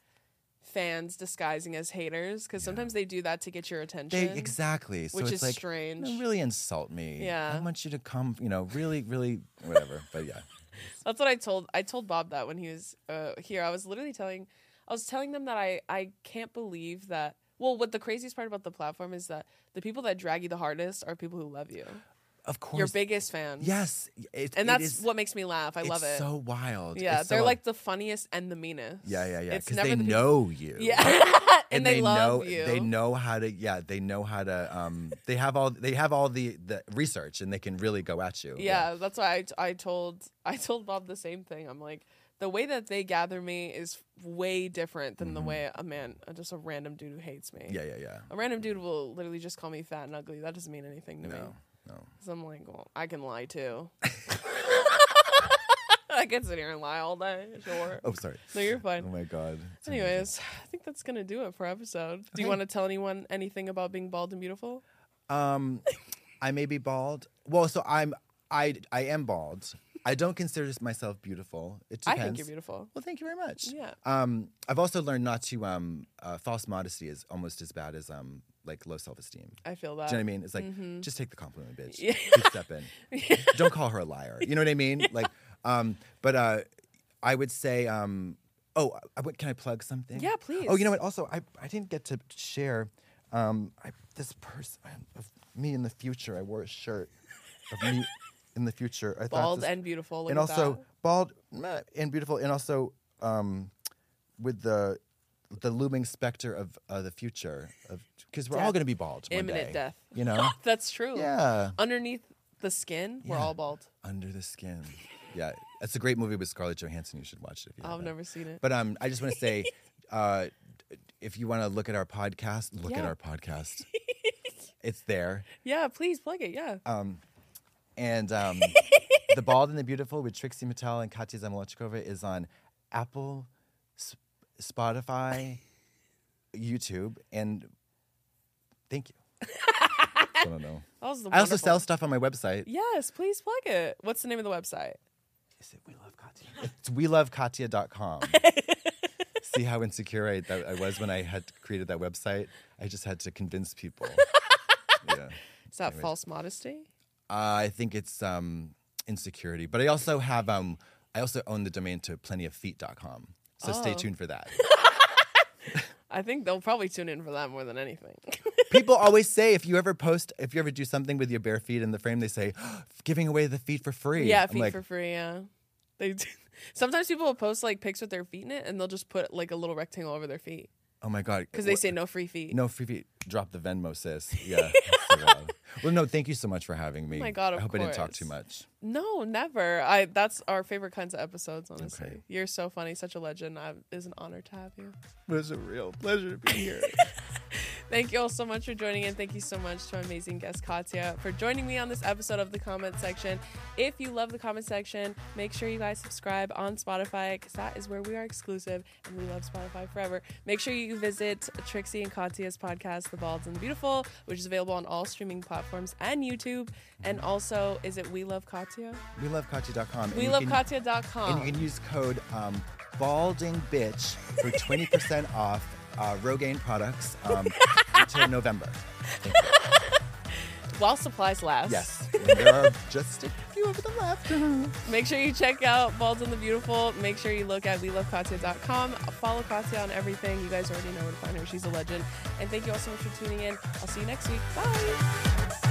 C: fans disguising as haters because sometimes they do that to get your
A: They
C: attention.
A: exactly. so
C: which
A: it's
C: is
A: like,
C: strange.
A: "No, really insult me.
C: Yeah.
A: I want you to come. You know, really, really, whatever. but yeah,
C: That's what I told I told Bob that when he was uh, here. I was literally telling I was telling them that I I can't believe that. Well, what the craziest part about the platform is that the people that drag you the hardest are people who love you,
A: of course.
C: your biggest fans.
A: Yes, it,
C: and
A: it
C: that's
A: is-
C: what makes me laugh. I
A: it's
C: love it.
A: So wild.
C: yeah,
A: It's so
C: they're
A: wild.
C: like the funniest and the meanest.
A: Yeah, yeah, yeah.
C: It's
A: Because
C: never
A: they
C: the people-
A: know you.
C: Yeah,
A: And
C: and, they,
A: they,
C: love
A: know
C: you.
A: they know how to yeah they know how to um they have all they have all the the research and they can really go at you
C: Yeah, that's why I, I told I told Bob the same thing. I'm like, the way that they gather me is way different than the way a man, uh, just a random dude who hates me.
A: Mm-hmm. yeah yeah yeah
C: A random dude will literally just call me fat and ugly. That doesn't mean anything to me.
A: no no
C: Because I'm like, well, I can lie too. I can sit here and lie all day. Sure.
A: oh sorry
C: No, you're
A: oh
C: fine.
A: my god It's amazing.
C: Anyways, I think that's gonna do it for episode. Do you
A: Okay.
C: want to tell anyone anything about being bald and beautiful?
A: Um, I may be bald. Well, so I'm I I am bald. I don't consider myself beautiful. It depends.
C: I think you're beautiful.
A: Well, thank you very much.
C: Yeah.
A: Um, I've also learned not to um uh, false modesty is almost as bad as um like low self esteem.
C: I feel that.
A: Do you know what I mean? It's like
C: Mm-hmm.
A: just take the compliment, bitch. Just step in. Don't call her a liar. You know what I mean? Like, um, but uh, I would say, um, oh, I, what, can I plug something?
C: Yeah, please.
A: Oh, you know what? Also, I I didn't get to share um, I, this person of me in the future. I wore a shirt of me in the future. I thought
C: Bald
A: this-
C: and beautiful. Look
A: and
C: at
A: also
C: that.
A: bald meh, and beautiful, and also um, with the the looming specter of uh, the future of because we're all
C: Death.
A: going to be bald one
C: Imminent
A: day,
C: death.
A: You know,
C: That's true.
A: yeah,
C: Underneath the skin, we're
A: Yeah.
C: all bald.
A: under the skin. Yeah, that's a great movie with Scarlett Johansson. You should watch it. If you
C: I've
A: haven't.
C: never seen it.
A: But um, I just want to say, uh, if you want to look at our podcast, look at
C: Yeah.
A: our podcast. it's there.
C: yeah, please plug it. Yeah.
A: Oh, And um, The Bald and the Beautiful with Trixie Mattel and Katya Zamolochkova is on Apple, S- Spotify, YouTube, and thank you. I don't know.
C: that was the
A: I also
C: wonderful-
A: sell stuff on my website.
C: Yes, please plug it. What's the name of the website?
A: Is it We Love Katya? It's welovekatya.com. See how insecure I, that I was when I had created that website? I just had to convince people. yeah.
C: Is that false modesty?
A: Uh, I think it's um, insecurity, but I also have um, I also own the domain to plentyofeet.com. So
C: Oh.
A: stay tuned for that.
C: I think they'll probably tune in for that more than anything.
A: People always say if you ever post, if you ever do something with your bare feet in the frame, they say giving away the feet for free.
C: yeah,
A: I'm
C: feet
A: like,
C: for free. Yeah, they. Do. Sometimes people will post like pics with their feet in it, and they'll just put like a little rectangle over their feet
A: Oh my god,
C: because they say no free feet.
A: no free feet. Drop the Venmo, sis. Yeah. it's so wild. well, no, thank you so much for having me.
C: Oh my God,
A: I
C: of
A: hope I didn't talk
C: course.
A: too much.
C: No, never. I. That's our favorite kinds of episodes. Honestly,
A: Okay.
C: you're so funny, such a legend. I, it's an honor to have you.
A: It was a real pleasure to be here.
C: Thank you all so much for joining in. Thank you so much to my amazing guest Katya for joining me on this episode of the comment section. If you love the comment section, make sure you guys subscribe on Spotify because that is where we are exclusive and we love Spotify forever. Make sure you visit Trixie and Katya's podcast, The Balds and the Beautiful, which is available on all streaming platforms and YouTube. And also, is it We Love Katya?
A: we love Katya.com. and
C: We
A: you
C: love
A: can-
C: Katya.com.
A: And you can use code um, balding bitch for 20% off uh, Rogaine products um, until November. Thank you.
C: While supplies last.
A: Yes. And there are just a few of them left.
C: Make sure you check out Bald and the Beautiful. Make sure you look at welovekatya.com. Follow Katya on everything. You guys already know where to find her. She's a legend. And thank you all so much for tuning in. I'll see you next week. Bye.